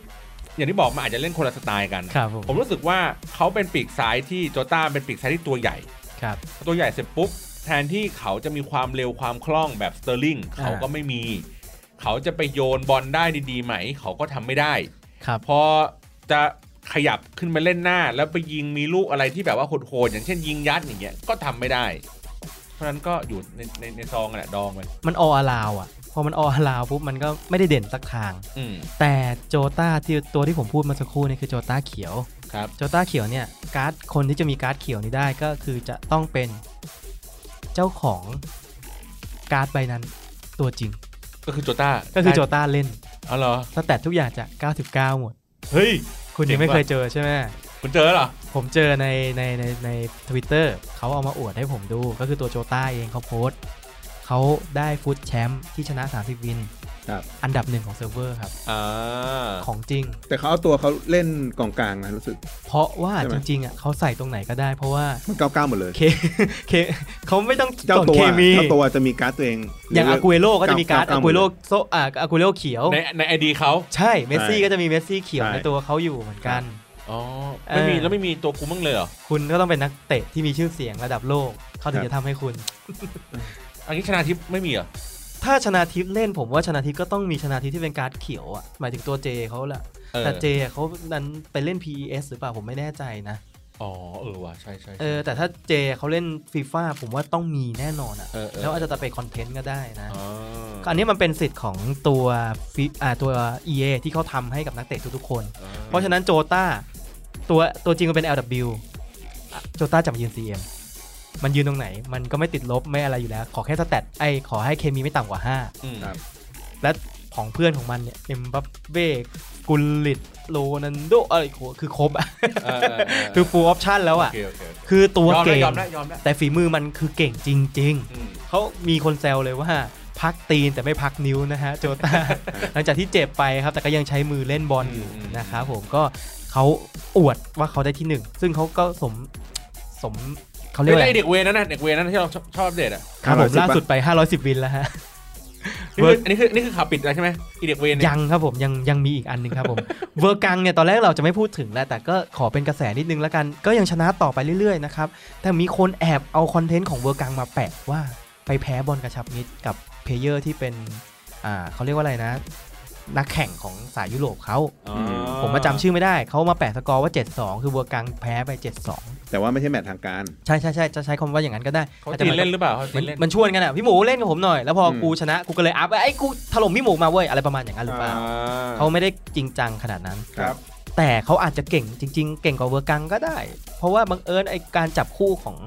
S2: อย่างที่บอกมันอาจจะเล่นคนละสไตล์กัน
S3: ครับผม
S2: ผมรู้สึกว่าเขาเป็นปีกซ้ายที่โจต้าเป็นปีกซ้ายที่ตัวใหญ่
S3: ครับ
S2: ตัวใหญ่เสร็จปุ๊บ แทนที่เขาจะมีความเร็วความคล่องแบบสเตอร์ลิง
S3: อ่า
S2: เขาก็ไม่มี เขาจะไปโยนบอลได้ดีๆไหม เขาก็ทำไม่ได้
S3: ครับ
S2: พอจะขยับขึ้นมาเล่นหน้า แล้วไปยิงมีลูกอะไรที่แบบว่าโหดๆอย่างเช่นยิงยัดอย่างเงี้ยก็ทำไม่ได้ เพราะฉะนั้นก็อยู่ในในในซองอะแหละดองไป
S3: มันออลาวอ่ะ พอมันออลาวปุ๊บมันก็ไม่ได้เด่นสักทาง
S2: อืม
S3: แต่โจต้าที่ตัวที่ผมพูดมาสักครู่นี่คือโจต้าเขียว
S2: ครับ
S3: โจต้าเขียวเนี่ยการ์ดคนที่จะมีการ์ดเขียวนี้ได้ก็คือจะต้องเป็นเจ้าของการ์ดใบนั้นตัวจริง
S2: ก็คือโจต้า
S3: ก็คือโจต้าเล่น
S2: อ๋อเหรอ
S3: สแตททุกอย่างจะ 99 หมด
S2: เฮ้ย
S3: คุณยังไม่เคยเจอใช่ไหม
S2: คุณเจอเหรอ
S3: ผมเจอในในในในทวิตเตอร์เขาเอามาอวดให้ผมดู ก็คือตัวโจต้าเองเขาโพสต์เขาได้ฟุตแชมป์ที่ชนะ 30 วิน
S4: ครับ
S3: อันดับหนึ่งของเซิร์ฟเวอร์ครับ
S2: อ่า
S3: ของจริง
S4: แต่เขาเอาตัวเขาเล่นกองกลางนะรู้สึก
S3: เพราะว่า
S4: ใช่ไห
S3: จ
S4: ม
S3: ริงๆอ่ะเขาใส่ตรงไหนก็ได้ เพราะว่า
S4: มันก้าวก้าหมดเลย
S3: เคเคเขาไม่ต้อง
S4: เจ้า
S3: สน
S4: ตัว
S3: เคมี
S4: เจ้าตัวจะมีการ์ดตัวเอง
S3: อย่าง
S4: หรื
S3: อากูเอโร่ก็จะมีการ์ดอา
S4: เก้าเก้า
S3: กูเอโร่โซอ่าอากูเอโร่เขียว
S2: ในในไอดีเขา
S3: ใช่ เมสซี่ก็จะมีเมสซี่เขียว
S4: ใช่
S3: ในตัวเขาอยู่เหมือนกัน
S2: อ๋อ ไม่มี
S3: เออ
S2: แล้วไม่มีตัวกูมั่งเลยเหรอ
S3: คุณก็ต้องเป็นนักเตะที่มีชื่อเสียงระดับโลก เขาถึงจะทำให้คุณ
S2: อันนี้ชนาทิพย์ไม่มีเหรอ
S3: ถ้าชนะทิพย์เล่นผมว่าชนะทิพย์ก็ต้องมีชนะทิพย์ที่เป็นการ์ดเขียวอ่ะหมายถึงตัวเจเขาแหละ
S2: เออ
S3: แต่เจเขานั้นไปเล่น PES หรือเปล่าผมไม่แน่ใจนะ
S2: อ๋อ เออว่ะใช่ใช่ใช่
S3: เออแต่ถ้าเจเขาเล่นฟีฟ่าผมว่าต้องมีแน่นอนอ่ะ
S2: เออเออ
S3: แล้วอาจจะไปคอนเทนต์ก็ได้นะ
S2: อ๋อ
S3: อันนี้มันเป็นสิทธิ์ของตัวฟีอ่าตัว EA ที่เขาทำให้กับนักเตะทุกๆคน
S2: อ
S3: เพราะฉะนั้นโจต้าตัวตัวจริงมันเป็น LW อ่ะโจต้าจะมายืน CM มันยืนตรงไหน มันก็ไม่ติดลบไม่อะไรอยู่แล้ว ขอแค่สแตทไอขอให้เคมีไม่ต่ำกว่า
S2: อืม
S4: ครับ
S3: 5 และของเพื่อนของมันเนี่ยเอ็มบัปเบ้กุลลิตโรนันโดอะไรโหคือครบอะ
S2: เออเออเ
S3: คือฟูลออปชั่นแล้ว
S2: โอ
S3: อ่ะ
S2: เคโอเคโอเค
S3: คือตัวย
S2: อมได้
S3: เก่ง
S2: ยอมได้ยอมได้
S3: แต่ฝีมือมันคือเก่งจริง ๆ
S2: อืม
S3: เขามีคนแซวเลยว่า พักตีนแต่ไม่พักนิ้วนะฮะ โจตา หลังจากที่เจ็บไปครับ แต่ก็ยังใช้มือเล่นบอลอยู่นะครับผมก็เขาอวดว่าเขาได้ที่หนึ่งซึ่งเขาก็สมสมเขาเรียก
S2: ไม่
S3: ว่าอะ
S2: ได้
S3: ไร
S2: เด็กเวรนั่นน่ะเด็กเวรนั่นที่เราชอบชอบอัปเดตอ่ะ
S3: ครับผม
S4: 510
S3: ล่าสุดไป 510 วินแล้วฮะ
S2: นี่คืออันนี้คือนี่คือข่าวปิดแล้วใช่ไหมอีเด็กเวรเนี่ย
S3: ยังครับผมยังยังมีอีกอันหนึงครับ ผม เวอร์กังเนี่ยตอนแรกเราจะไม่พูดถึงแหละแต่ก็ขอเป็นกระแสนิดนึงแล้วกัน ก็ยังชนะต่อไปเรื่อยๆนะครับแต่มีคนแอบเอาคอนเทนต์ของเวอร์กังมาแปะว่าไปแพ้บอลกระชับมิตรกับเพลเยอร์ที่เป็นอ่าเขาเรียกว่าอะไรนะ นักแข่งของสายยุโรปเขา
S2: อ๋อ
S3: ผมมาจำชื่อไม่ได้เขามาแปะสกอร์ว่า 7-2 คือเวอร์กังแพ้ไป 7-2
S4: แต่ว่าไม่ใช่แมตช์ทางการ
S3: ใช่ใช่ใช่จะใช้คำว่าอย่างนั้นก็ได้
S2: เขา
S3: อาจ
S2: ตี
S3: จะหมาย
S2: เล่นหรือเปล่าเขาตี
S3: มัน
S2: เล่น
S3: มันชวนกันอ่ะพี่หมูเล่นกับผมหน่อยแล้วพออ
S4: ม
S3: กูชนะกูก็เลยอัพไอ้ยกูถล่มพี่หมูมาเว้ยอะไรประมาณอย่างนั้นหรือเปล่า เขาไม่ได้จริงจังขนาดนั้น
S4: ครับ
S3: แต่เขาอาจจะเก่งจริง ๆ เก่งกว่าเวอร์กังก็ได้ เพราะว่าบังเอิญไอการจับคู่ของ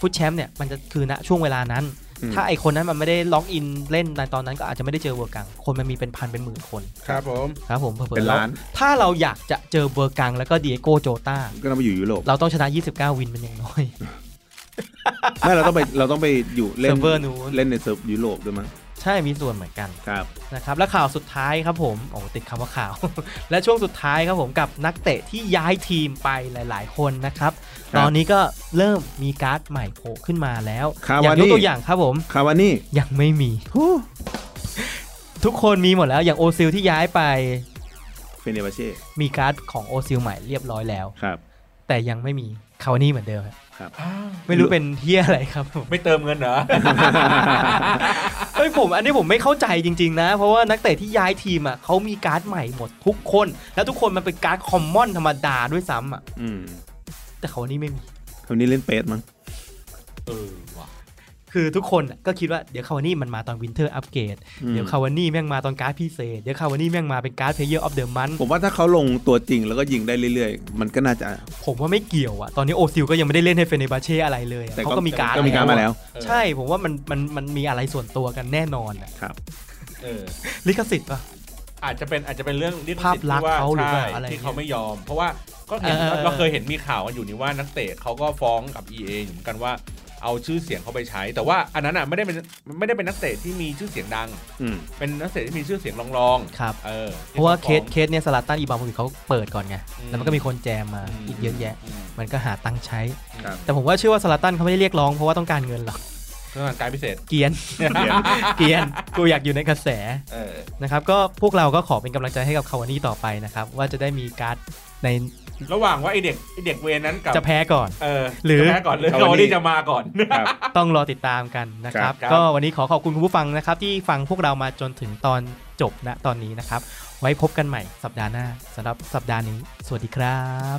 S3: ฟุตแชมป์เนี่ยมันจะคือณช่วงเวลานั้น
S4: อืม
S3: ถ้าไอคนนั้นมันไม่ได้ล็อกอินเล่นในตอนนั้นก็อาจจะไม่ได้เจอเวอร์กัง คนมันมีเป็นพันเป็นหมื่นคน
S2: ครับผม
S3: ครับผมเผื่อๆ
S4: เป็นล้าน
S3: ถ้าเราอยากจะเจอเวอร์กังแล้วก็ดีเอโกโจตา
S4: ก็ต้องไปอยู่ยุโรป
S3: เราต้องชนะ 29 วินเป็นอย่างน้อย
S4: ไม่เราต้องไปเราต้องไปอยู่เล่น
S3: เซิร์ฟเวอร์นู้น
S4: เล่นในเซิร์ฟยุโรปด้วยมั้ง
S3: ใช่มีส่วนเหมือนกัน
S4: ครับ
S3: นะครับและข่าวสุดท้ายครับผมโอ้ติดคำว่าข่าว และช่วงสุดท้ายครับผมกับนักเตะที่ย้ายทีมไปหลาย ๆ คนนะครับ
S4: ครับ
S3: ตอนนี้ก็เริ่มมีการ์ดใหม่โผล่ขึ้นมาแล้ว
S4: คา
S3: อ
S4: วานี่
S3: ย่างยกตัวอย่างครับผม
S4: คาวานี่
S3: ยังไม่มี ทุกคนมีหมดแล้วอย่างโอซิลที่ย้ายไป
S4: เฟเนบาเช่
S3: มีการ์ดของโอซิลใหม่เรียบร้อยแล้ว
S4: ครับ
S3: แต่ยังไม่มีคาวานี่เหมือนเดิมครับไม่
S4: ห
S3: รู้
S4: รือ
S3: เป็นเที่ยอะไรครับผม
S2: ไม่เติมเงินเหรอ
S3: เอ้ยผมอันนี้ผมไม่เข้าใจจริงๆนะ เพราะว่านักเตะที่ย้ายทีมอ่ะเขามีการ์ดใหม่หมดทุกคน แล้วทุกคนมันเป็นการ์ดคอมมอนธรรมดาด้วยซ้ำอ่ะ
S4: อืม
S3: แต่เขาวันนี้ไม่มี
S4: คราวนี้เล่นเปสมั้ง
S2: เออว่ะ
S3: คื คือทุกคนน่ะก็คิดว่าเดี๋ยวคาวานี่มันมาตอนวินเทอร์อัปเกรดเดี๋ยวคาวานี่แม่งมาตอนการ์ดพิเศษ เดี๋ยวคาวานี่แม่งมาเป็นการ์ดเพลเยอร์ออฟเดอะมัน
S4: ผมว่าถ้าเขาลงตัวจริงแล้วก็ยิงได้เรื่อยๆ มันก็น่าจะ
S3: ผมว่าไม่เกี่ยวอะตอนนี้โอซิลก็ยังไม่ได้เล่นให้เฟเนบาเช่อะไรเลยอะ
S4: แต่
S3: เขาก็มีการ์ด
S4: ก็มีการดมาแล้ว
S2: เออ
S3: ใช่ผมว่ามันมันมันมีอะไรส่วนตัวกันแน่นอนอะ
S4: ครับ
S2: เออ
S3: ลิขสิทธิ์ปะ
S2: อาจจะเป็นอาจจะเป็นเรื่องลิขสิทธิ์
S3: ภาพลักษณ์
S2: ที่ว่
S3: เขาหรือ
S2: ใช่
S3: ว่าอะไร
S2: ที่เขาไม่ยอม เพราะว่าก็เห็น
S3: เออเออ
S2: เราเคยเห็นมีข่าวกันอยู่นี่ว่านักเตะเขาก็ฟ้องกับ EA อยู่เหมือนกันว่าเอาชื่อเสียงเขาไปใช้ แต่ว่าอันนั้นอ่ะไม่ได้เป็นไม่ได้เป็นนักเตะที่มีชื่อเสียงดัง
S4: อืม
S2: เป็นนักเตะที่มีชื่อเสียงรอง
S3: ครับ
S2: ๆเออ
S3: เพราะว่าเค
S2: ที่
S3: ส
S2: ขฟ้อง
S3: เคสเนี่ยสลาตันอีบราโมวิชเขาเปิดก่อนไง
S2: อืม
S3: แล้วมันก็มีคนแจมมา
S2: อืม
S3: อีกเยอะแยะ
S2: ม
S3: มันก็หาตังค์ใช้
S4: ครับ
S3: แต่ผมว่าเชื่อว่าสลาตันเขาไม่ได้เรียกร้องเพราะว่าต้องการเงินหรอก
S2: เครื่องแต่งกายพิเศษ
S3: เกรียน เกรียนกูอยากอยู่ในกระแส
S2: เออ
S3: นะครับก็พวกเราก็ขอเป็นกำลังใจให้กับคาวานี่ต่อไปนะครับ ว่าจะได้มีการ์ดใน
S2: ระหว่างว่าไอเด็กไอเด็กเวรนั้นกับ
S3: จะแพ้ก่อน
S2: เออ
S3: หรือ
S2: จะแพ้ก่อนหรือ
S4: เอา
S2: เขา
S4: วันนี้
S2: ที่จะมาก่อน
S4: ครับ
S3: ต้องรอติดตามกันนะครับ
S2: ครับ
S3: ก็วันนี้ขอขอบคุณคุณผู้ฟังนะครับ ที่ฟังพวกเรามาจนถึงตอนจบณตอนนี้นะครับ ไว้พบกันใหม่สัปดาห์หน้าสำหรับสัปดาห์นี้ สวัสดีครับ